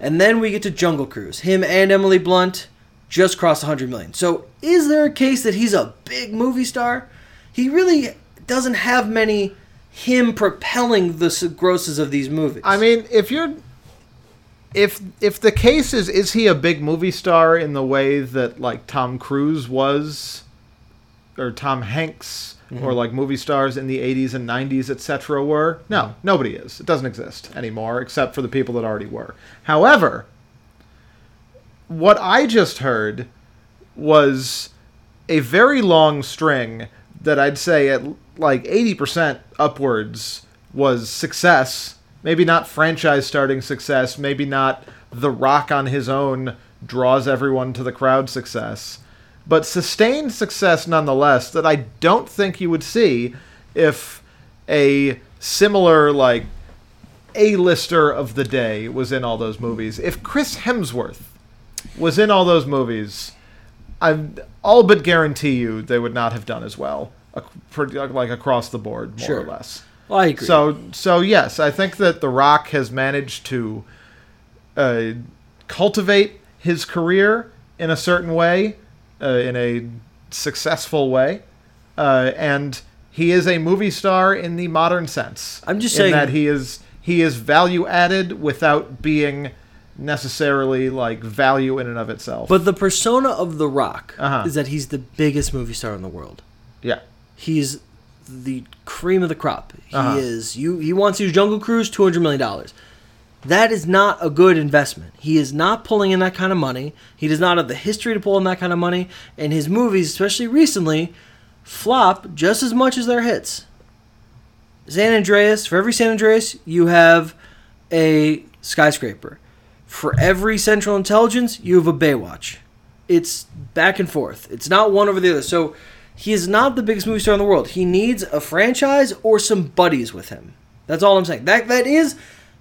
And then we get to Jungle Cruise. Him and Emily Blunt just crossed 100 million. So is there a case that he's a big movie star? He really doesn't have many him propelling the s- grosses of these movies.
I mean, if you're if if the case is is he a big movie star in the way that like Tom Cruise was or Tom Hanks or like movie stars in the 80s and 90s etc were? No, nobody is. It doesn't exist anymore except for the people that already were. However, what I just heard was a very long string that I'd say at like 80% upwards was success. Maybe not franchise starting success, maybe not The Rock on his own draws everyone to the crowd success, but sustained success nonetheless that I don't think you would see if a similar, like, A lister of the day was in all those movies. If Chris Hemsworth was in all those movies, I all but guarantee you they would not have done as well, ac- pretty- like across the board, more or
Sure.
less.
Well, I agree.
So, so yes, I think that The Rock has managed to uh, cultivate his career in a certain way, uh, in a successful way, uh, and he is a movie star in the modern sense.
I'm just
in
saying-
that he is he is value added without being necessarily like value in and of itself.
but the persona of The Rock
Uh-huh.
is that he's the biggest movie star in the world.
yeah,
He's the cream of the crop. He
Uh-huh.
is. You he wants to use Jungle Cruise two hundred million dollars. That is not a good investment. He is not pulling in that kind of money. He does not have the history to pull in that kind of money, and his movies, especially recently, flop just as much as their hits. San Andreas, for every San Andreas, you have a skyscraper. For every Central Intelligence, you have a Baywatch. It's back and forth. It's not one over the other. So he is not the biggest movie star in the world. He needs a franchise or some buddies with him. That's all I'm saying. That that is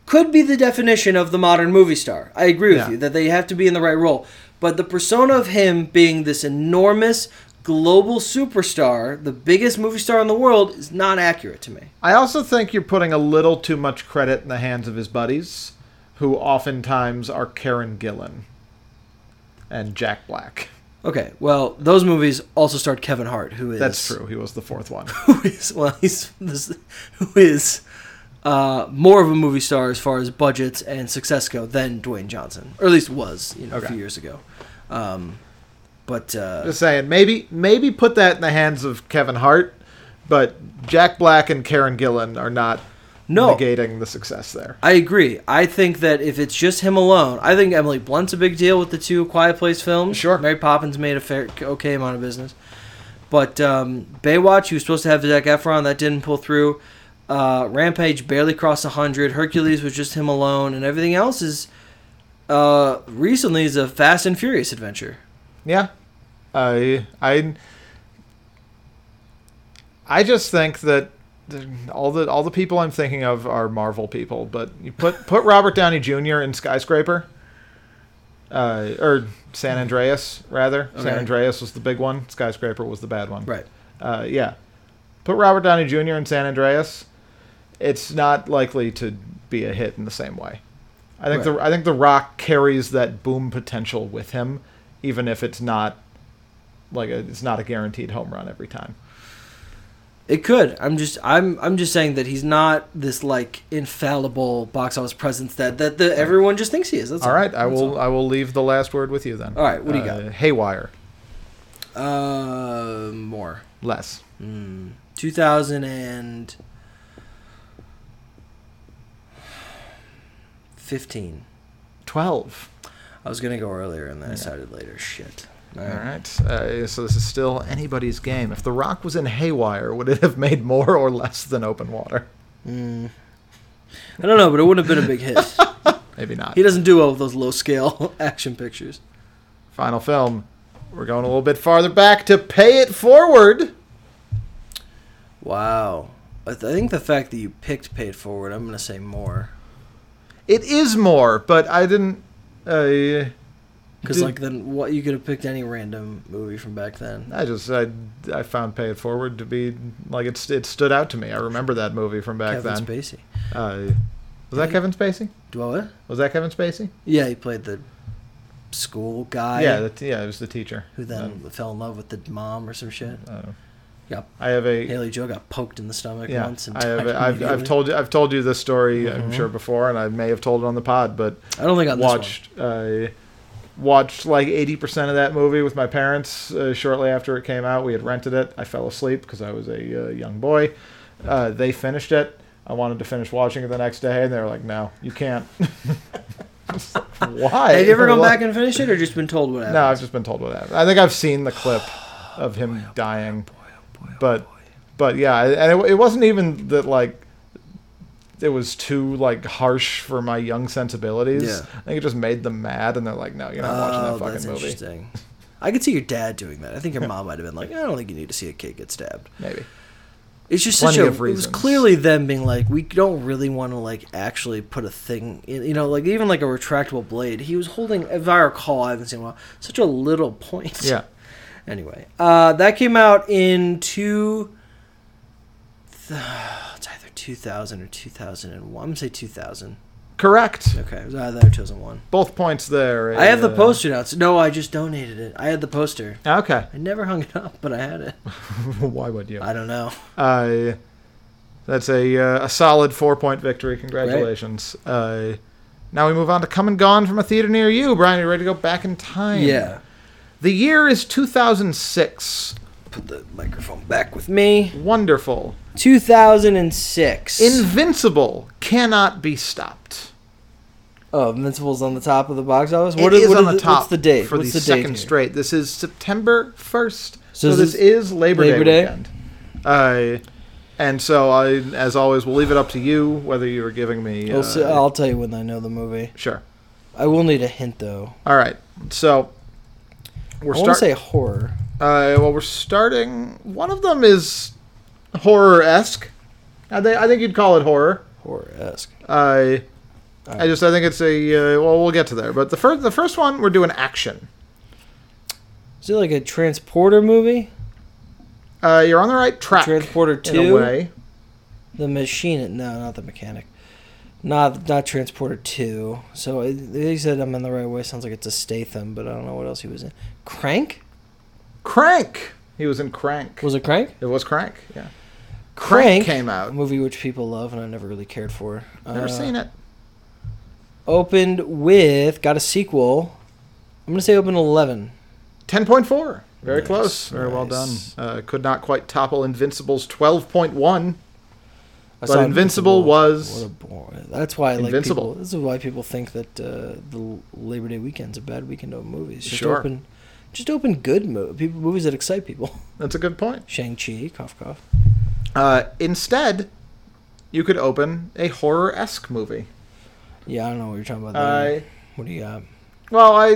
could be the definition of the modern movie star. I agree with
Yeah.
you that they have to be in the right role. But the persona of him being this enormous global superstar, the biggest movie star in the world, is not accurate to me.
I also think you're putting a little too much credit in the hands of his buddies, who oftentimes are Karen Gillan and Jack Black.
Okay, well, those movies also starred Kevin Hart, who is
That's true. He was the fourth one.
Who is well, he's this, who is uh, more of a movie star as far as budgets and success go than Dwayne Johnson, or at least was you know, a
Okay.
few years ago. Um, but uh,
Just saying, maybe maybe put that in the hands of Kevin Hart, but Jack Black and Karen Gillan are not
no,
negating the success there.
I agree. I think that if it's just him alone, I think Emily Blunt's a big deal with the two Quiet Place films.
Sure.
Mary Poppins made a fair, okay amount of business. But um, Baywatch, he was supposed to have Zac Efron, that didn't pull through. Uh, Rampage barely crossed 100. Hercules was just him alone. And everything else is uh, recently is a Fast and Furious adventure.
Yeah, I I I just think that the- all the all the people I'm thinking of are Marvel people. But you put put Robert Downey Jr. in Skyscraper, uh, or San Andreas rather. San
Okay.
Andreas was the big one. Skyscraper was the bad one.
Right.
Uh, yeah, put Robert Downey Jr. in San Andreas. It's not likely to be a hit in the same way. I think the I think the Rock carries that boom potential with him, even if it's not like a, it's not a guaranteed home run every time.
It could. I'm just I'm I'm just saying that he's not this like infallible box office presence that that the, everyone just thinks he is. That's
All right, I
That's
will
all.
I will leave the last word with you then.
All right, what do you
Uh,
got?
Haywire,
Uh, more. Hmm.
less.
2015.
Twelve.
I was going to go earlier and then I decided later. Shit. All
All
right.
right. Uh, so this is still anybody's game. If The Rock was in Haywire, would it have made more or less than Open Water?
Hmm. I don't know, but it wouldn't have been a big hit.
Maybe not.
he doesn't do well with those low scale action pictures.
Final film. We're going a little bit farther back to Pay It Forward.
Wow. I, th- I think the fact that you picked Paid Forward, I'm going to say more.
It is more, but I didn't. Uh,
Because,
Did-
like, then what? You could have picked any random movie from back then.
I just I, I found Pay It Forward to be like it's it stood out to me. I remember that movie from back
Kevin
then.
Spacey.
Uh, was that Kevin Spacey?
Do I what?
Was that Kevin Spacey?
Yeah, he played the school guy
yeah, that, yeah, it was the teacher. Um,
who then fell in love with the mom or some shit.
Uh, uh,
Yep.
I have a
Haley Joe got poked in the stomach
yeah.
once. And
I have
died
a, I've, I've
immediately.
told you I've told you this story
Mm-hmm.
I'm sure before, and I may have told it on the pod, but
I don't think on
watched uh, watched like 80% of that movie with my parents uh, shortly after it came out we had rented it i fell asleep because i was a uh, young boy uh, they finished it i wanted to finish watching it the next day and they were like no you can't It's like, why
This one. Have you ever gone
What?
back and finished it, or just been told what happened?
no i've just been told what happened i think i've seen the clip of him dying
oh
but but yeah I- and it, it wasn't even that like it was too like harsh for my young sensibilities
Yeah.
i think it just made them mad and they're like no you're not
Oh,
watching that
that's
fucking movie
interesting. I could see your dad doing that. I think your mom might have been like, "I don't think you need to see a kid get stabbed."
maybe
It's just such
Plenty
a.
of
It was
reasons.
clearly them being like, "We don't really want to like actually put a thing, in, you know, like even like a retractable blade." He was holding, if I recall, I haven't seen in a while, such a little point.
yeah
Anyway, uh, that came out in two. th- It's either 2000 or 2001. I'm gonna say 2000.
correct
Okay, it was either that or 2001.
both points there
I have the
uh,
poster now. It's- No, I just donated it. I had the poster.
okay
I never hung it up, but I had it.
why would you
I don't know.
uh, that's a uh, a solid four point victory congratulations uh, now we move on to come and gone from a theater near you brian you ready to go back in time
Yeah.
The year is 2006.
put the microphone back with me.
Wonderful.
2006.
Invincible cannot be stopped.
oh, Invincible's on the top of the box office.
It
What
is
what
on the top
What's the date?
for
what's
the,
the date
second
here?
straight. This is September 1st. So,
So
this,
this
is Labor,
Labor
Day,
Day?
weekend. Uh, and so, I, as always, we'll leave it up to you whether you are giving me.
We'll
uh,
see- I'll tell you when I know the movie.
sure.
I will need a hint though.
All right. So we're
I want to say
starting.
horror.
Uh, well, we're starting. One of them is horror esque. I, thi- I think you'd call it horror.
Horror esque.
I, I
Alright.
just I think it's a uh, well we'll get to there. But the first the first one we're doing action.
Is it like a transporter movie?
Uh, you're on the right track.
Transporter
in a
two.
way.
The machine. No, not the mechanic. Not not transporter two. So I- they said I'm in the right way. Sounds like it's a Statham, but I don't know what else he was in. Crank.
Crank. He was in Crank.
Was it Crank?
it was Crank. Yeah.
Crank,
came
A
out.
movie which people love and I never really cared for.
Never
Uh,
seen it.
Opened with got a sequel. I'm gonna say opened eleven.
Ten point four. Very
Nice,
close. Very well done.
nice.
Uh, could not quite topple Invincible's twelve point one.
I
But
saw
Invincible was-
What a bore- That's why I like
Invincible.
people. This is why people think that uh, the Labor Day weekend's a bad weekend of movies. Just
Sure.
open, just open good mo- people, movies that excite people.
That's a good point.
Shang Chi, cough cough.
Uh, instead, you could open a horror esque movie.
Yeah, I don't know what you're talking about. there.
Uh,
what do you got?
well, I,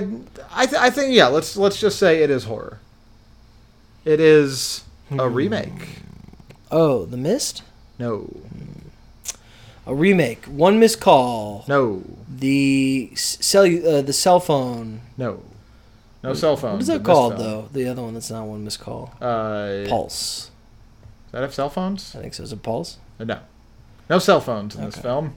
I, th- I think yeah. Let's let's just say it is horror. It is
Hmm.
a remake.
Oh, The Mist,
No,
a remake. One missed call.
no,
The s- cell, uh, the cell phone.
no, no cell phone.
Hmm. What is
the
that
missed
called
phone.
though? The other one that's not one missed call.
Uh,
Pulse.
Does that have cell phones? Uh,
I think so. Is it Pulse?
No, no cell phones in this
Okay.
film.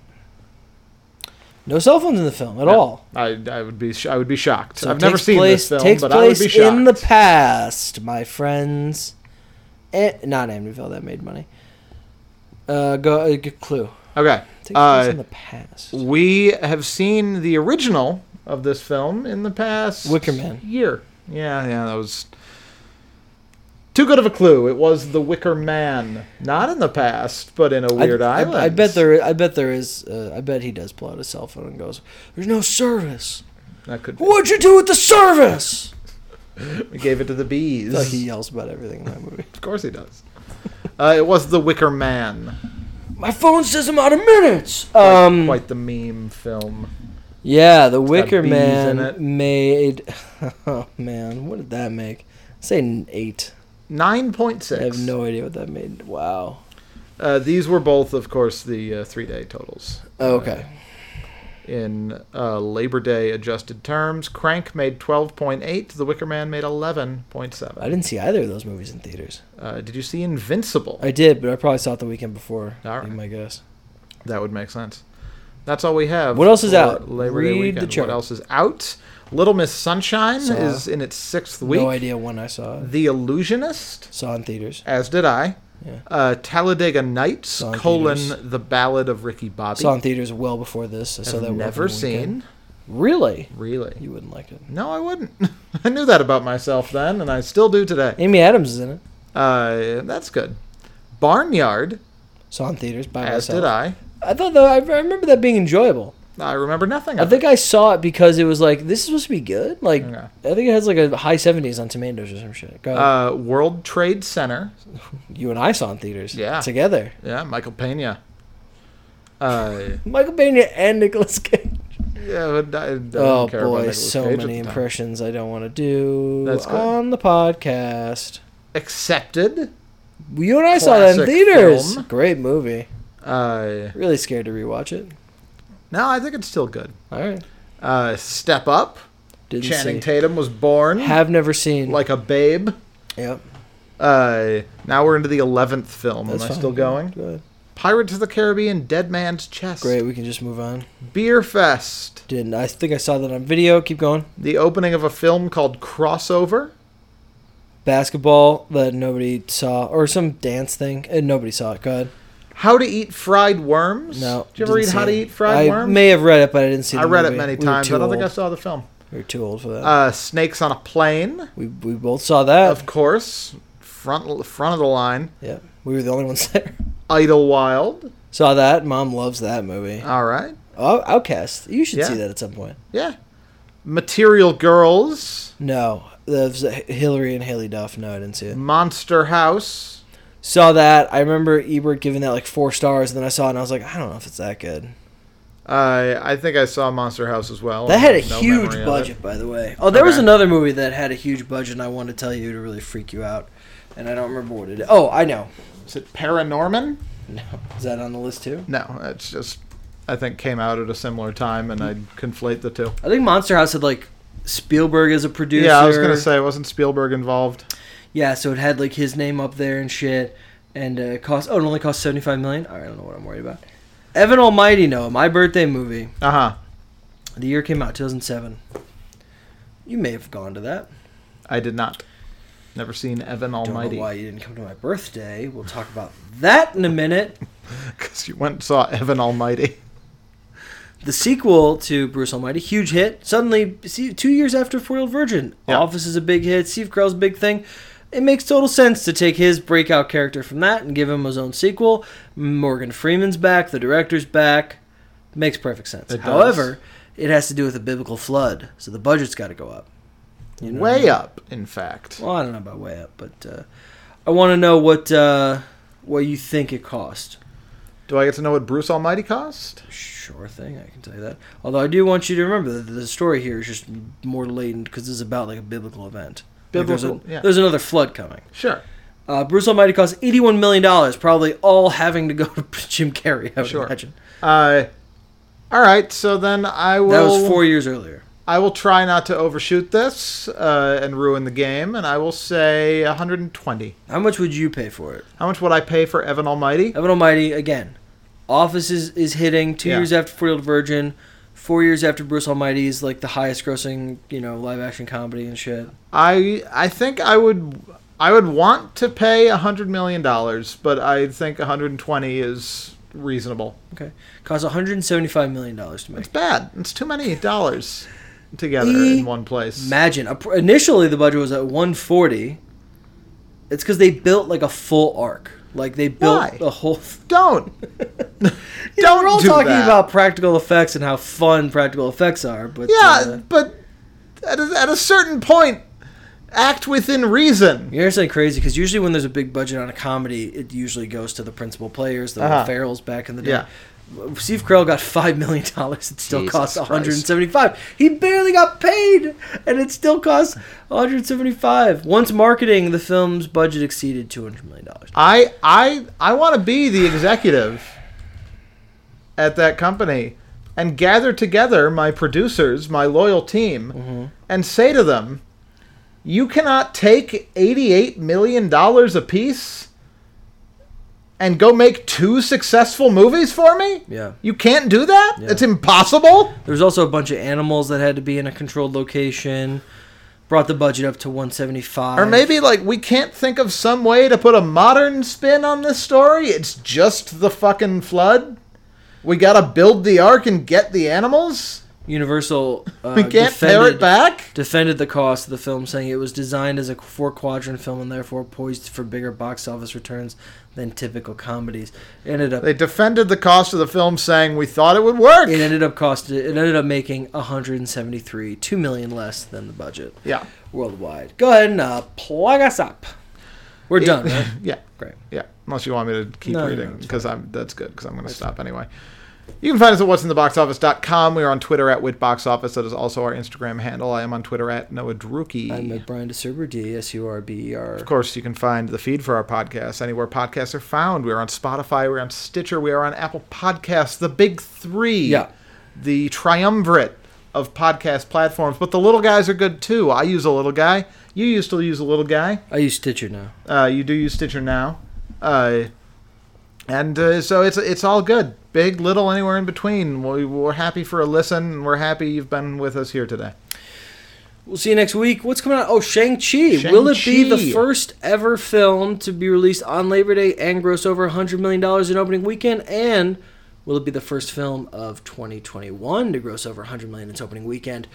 No cell phones in the film at
No.
all.
I, I would be sh- I would be shocked.
So it
I've never
takes
seen
place,
this film,
takes
but I would
place
be shocked.
in the past, my friends. Eh, not Amityville that made money. Uh, go uh, good clue.
okay,
Takes
Uh,
place in the past.
we have seen the original of this film in the past
Wicker Man.
year. Yeah, yeah, that was too good of a clue. It was the Wicker Man, not in the past, but in a weird
I,
island.
I, I bet there. I bet there is. Uh, I bet he does pull out his cell phone and goes, "There's no service.
that could. Be.
What'd you do with the service?"
We gave it to the bees.
It's Like he yells about everything in that movie.
Of course he does. Uh, it was the Wicker Man.
my phone says I'm out of minutes.
Quite-
Um,
quite the meme film.
Yeah, The Wicker
bees in it.
Man made. Oh man, what did that make? say an eight.
Nine point
I have
six.
no idea what that made. Wow.
Uh, these were both, of course, the uh, three-day totals.
Oh, Okay.
in uh, Labor Day adjusted terms. Crank made 12.8. The Wicker Man made 11.7.
I didn't see either of those movies in theaters.
Uh, did you see Invincible?
I did, but I probably saw it the weekend before.
All right.
Be My guess.
that would make sense. That's all we have.
What else is
for
out?
Labor Day
Read the
weekend.
chart.
What else is out? Little Miss Sunshine
Saw.
is in its sixth week.
No idea when I saw it.
The Illusionist,
Saw in theaters.
as did I.
Yeah.
Uh, Talladega Nights:
Saw in
colon
theaters.
The Ballad of Ricky Bobby.
Saw in theaters well before this. I saw
I've
that
never
opening
seen.
weekend. Really?
Really?
You wouldn't like it.
No, I wouldn't. I knew that about myself then, and I still do today.
Amy Adams is in it.
Uh, that's good. Barnyard,
Saw in theaters by
as
myself.
did I.
I thought though I, I remember that being enjoyable.
I remember nothing.
I
of
think
it.
I saw it because it was like this is supposed to be good. Like
Okay.
I think it has like a high seventies on Tomatoes or some shit. Go ahead.
uh, World Trade Center.
you and I saw in theaters.
yeah.
Together.
Yeah, Michael Pena. Uh,
Michael Pena and Nicolas Cage.
yeah, but I, I didn't
Oh
care about
boy,
Nicolas
so
Cage at
many
the time.
impressions I don't want to do
That's good.
on the podcast.
Accepted.
You and I saw that in
Classic
theaters.
film.
Great movie.
Uh,
Really scared to rewatch it.
no, I think it's still good.
All right.
Uh, Step Up.
Didn't
Channing
see.
Tatum was born
Have never seen.
like a babe.
yep.
Uh, now we're into the eleventh film. Am
that's
I
fine.
still going?
Go ahead.
Pirates of the Caribbean: Dead Man's Chest.
Great. We can just move on.
Beer Fest.
Didn't. I think I saw that on video. Keep going.
The opening of a film called Crossover.
Basketball that nobody saw, or some dance thing. and nobody saw it. Go ahead.
How to Eat Fried Worms.
No.
Did you ever
didn't
read
see
How to
it.
Eat Fried
I
Worms?
may have read it, but I didn't see.
I
the
read it
movie.
many
We were
times.
too
I don't think I
old.
saw the film.
We were too old for that.
Uh, Snakes on a Plane,
we we both saw that.
of course. front front of the line.
Yeah, we were the only ones there.
Idlewild.
Saw that. Mom loves that movie.
All right.
Oh, Outcast. You should
Uh. Yeah.
see that at some point.
Yeah. Material Girls.
No, that was Hillary and Haley Duff. No, I didn't see it.
Monster House.
Saw that. I remember Ebert giving that like four stars, and then I saw it and I was like, I don't know if it's that good.
I I think I saw Monster House as well.
That
I
had a
have Oh, no
huge
memory of it.
budget, by the way.
Oh, there was
Okay.
another movie that had a huge budget, and I wanted to tell you to really freak you out, and I don't remember what it. Oh, I know.
Is it Paranorman?
No, is that on the list too?
No, it's just I think came out at a similar time, and I conflate the two.
I think Monster House had like Spielberg as a producer.
Yeah, I was gonna say wasn't Spielberg involved?
Yeah, so it had like his name up there and shit, and uh, it cost. Oh, it only cost seventy five million. All right, I don't know what I'm worried about. Evan Almighty, no, my birthday movie.
Uh huh.
The year came out two thousand seven. You may have gone to that.
I did not. Never seen Evan
Don't know why
Almighty
you didn't come to my birthday. We'll talk about that in a minute.
because you went and saw Evan Almighty.
The sequel to Bruce Almighty, huge hit. Suddenly, see, two years after Foiled Virgin,
Yeah.
Office is a big hit. Steve Carell's a big thing. It makes total sense to take his breakout character from that and give him his own sequel. Morgan Freeman's back. The director's back. Makes perfect sense.
It does.
However, it has to do with a biblical flood, so the budget's got to go up. You know what I
Way
mean?
up, in fact.
Well, I don't know about way up, but uh, I want to know what uh, what you think it cost.
Do I get to know what Bruce Almighty cost?
Sure thing, I can tell you that. Although I do want you to remember that the story here is just more laden because this is about like a biblical event. Like, there's a-
Biblical, yeah.
There's another flood coming.
Sure,
Uh, Bruce Almighty cost eighty-one million dollars, probably all having to go to Jim Carrey. I would
sure.
imagine
Uh, all right, so then I will.
that was four years earlier.
I will try not to overshoot this uh, and ruin the game, and I will say 120.
How much would you pay for it?
How much would I pay for Evan Almighty?
Evan Almighty again. Office is, is hitting two
Yeah.
years after Four Year Old Virgin, four years after Bruce Almighty is like the highest grossing you know live action comedy and shit.
I I think I would I would want to pay 100 million dollars, but I think 120 is reasonable.
Okay, cost one hundred and seventy-five million dollars to make.
It's bad. It's too many dollars together in one place.
Imagine. a- Initially, the budget was at 140. It's because they built like a full arc. Like they built
Why?
a whole.
Don't.
Don't we're all
do
talking
that.
about practical effects and how fun practical effects are, but
Yeah,
uh,
but at a, at a certain point, act within reason.
you're saying crazy because usually when there's a big budget on a comedy, it usually goes to the principal players, the
Uh-huh.
Farrells back in the day.
Yeah.
Steve Carell got five million dollars. It still
Jesus
costs
Christ.
175. He barely got paid, and it still costs 175. Once marketing, the film's budget exceeded 200 million dollars.
I I I want to be the executive at that company and gather together my producers, my loyal team, and say to them, "You cannot take 88 million dollars apiece and go make two successful movies for me?
Yeah.
You can't do that?
Yeah.
It's impossible?"
There's also a bunch of animals that had to be in a controlled location. Brought the budget up to 175.
Or maybe like we can't think of some way to put a modern spin on this story. It's just the fucking flood. We gotta build the ark and get the animals.
Universal uh,
We can't tear it
defended,
back.
defended the cost of the film, saying it was designed as a four quadrant film and therefore poised for bigger box office returns than typical comedies. It ended up
They defended the cost of the film, saying we thought it would work.
it ended up cost it ended up making 173 2 million less than the budget
Yeah,
worldwide. Go ahead and uh, plug us up. We're done. Right?
yeah,
Great.
yeah. Unless you want me to keep
No, no, no,
reading,
it's
because I'm that's good, because I'm gonna stop anyway. You can find us at what'sintheboxoffice.com. We are on Twitter at witboxoffice. That is also our Instagram handle. I am on Twitter at Noah Druki.
I'm at Brian DeSerber, D S U R B E R.
Of course, you can find the feed for our podcast anywhere podcasts are found. We are on Spotify, we're on Stitcher, we are on Apple Podcasts, the big three,
Yeah.
the triumvirate of podcast platforms. But the little guys are good too. I use a little guy. You used to use a little guy.
I use Stitcher now.
Uh, you do use Stitcher now, uh, and uh, so it's it's all good. Big, little, anywhere in between. We, we're happy for a listen. and We're happy you've been with us here today.
We'll see you next week. What's coming out? Oh, Shang-Chi. Will it be
Shang-Chi.
the first ever film to be released on Labor Day and gross over $100 million in opening weekend? And will it be the first film of 2021 to gross over $100 million in its opening weekend?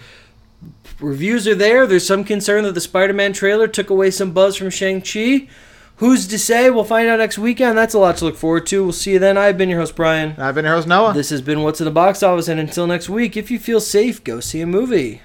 Reviews are there. There's some concern that the Spider-Man trailer took away some buzz from Shang-Chi. Who's to say? We'll find out next weekend. That's a lot to look forward to. We'll see you then. I've been your host, Brian.
And I've been your host, Noah.
This has been What's in the Box Office, and until next week, if you feel safe, go see a movie.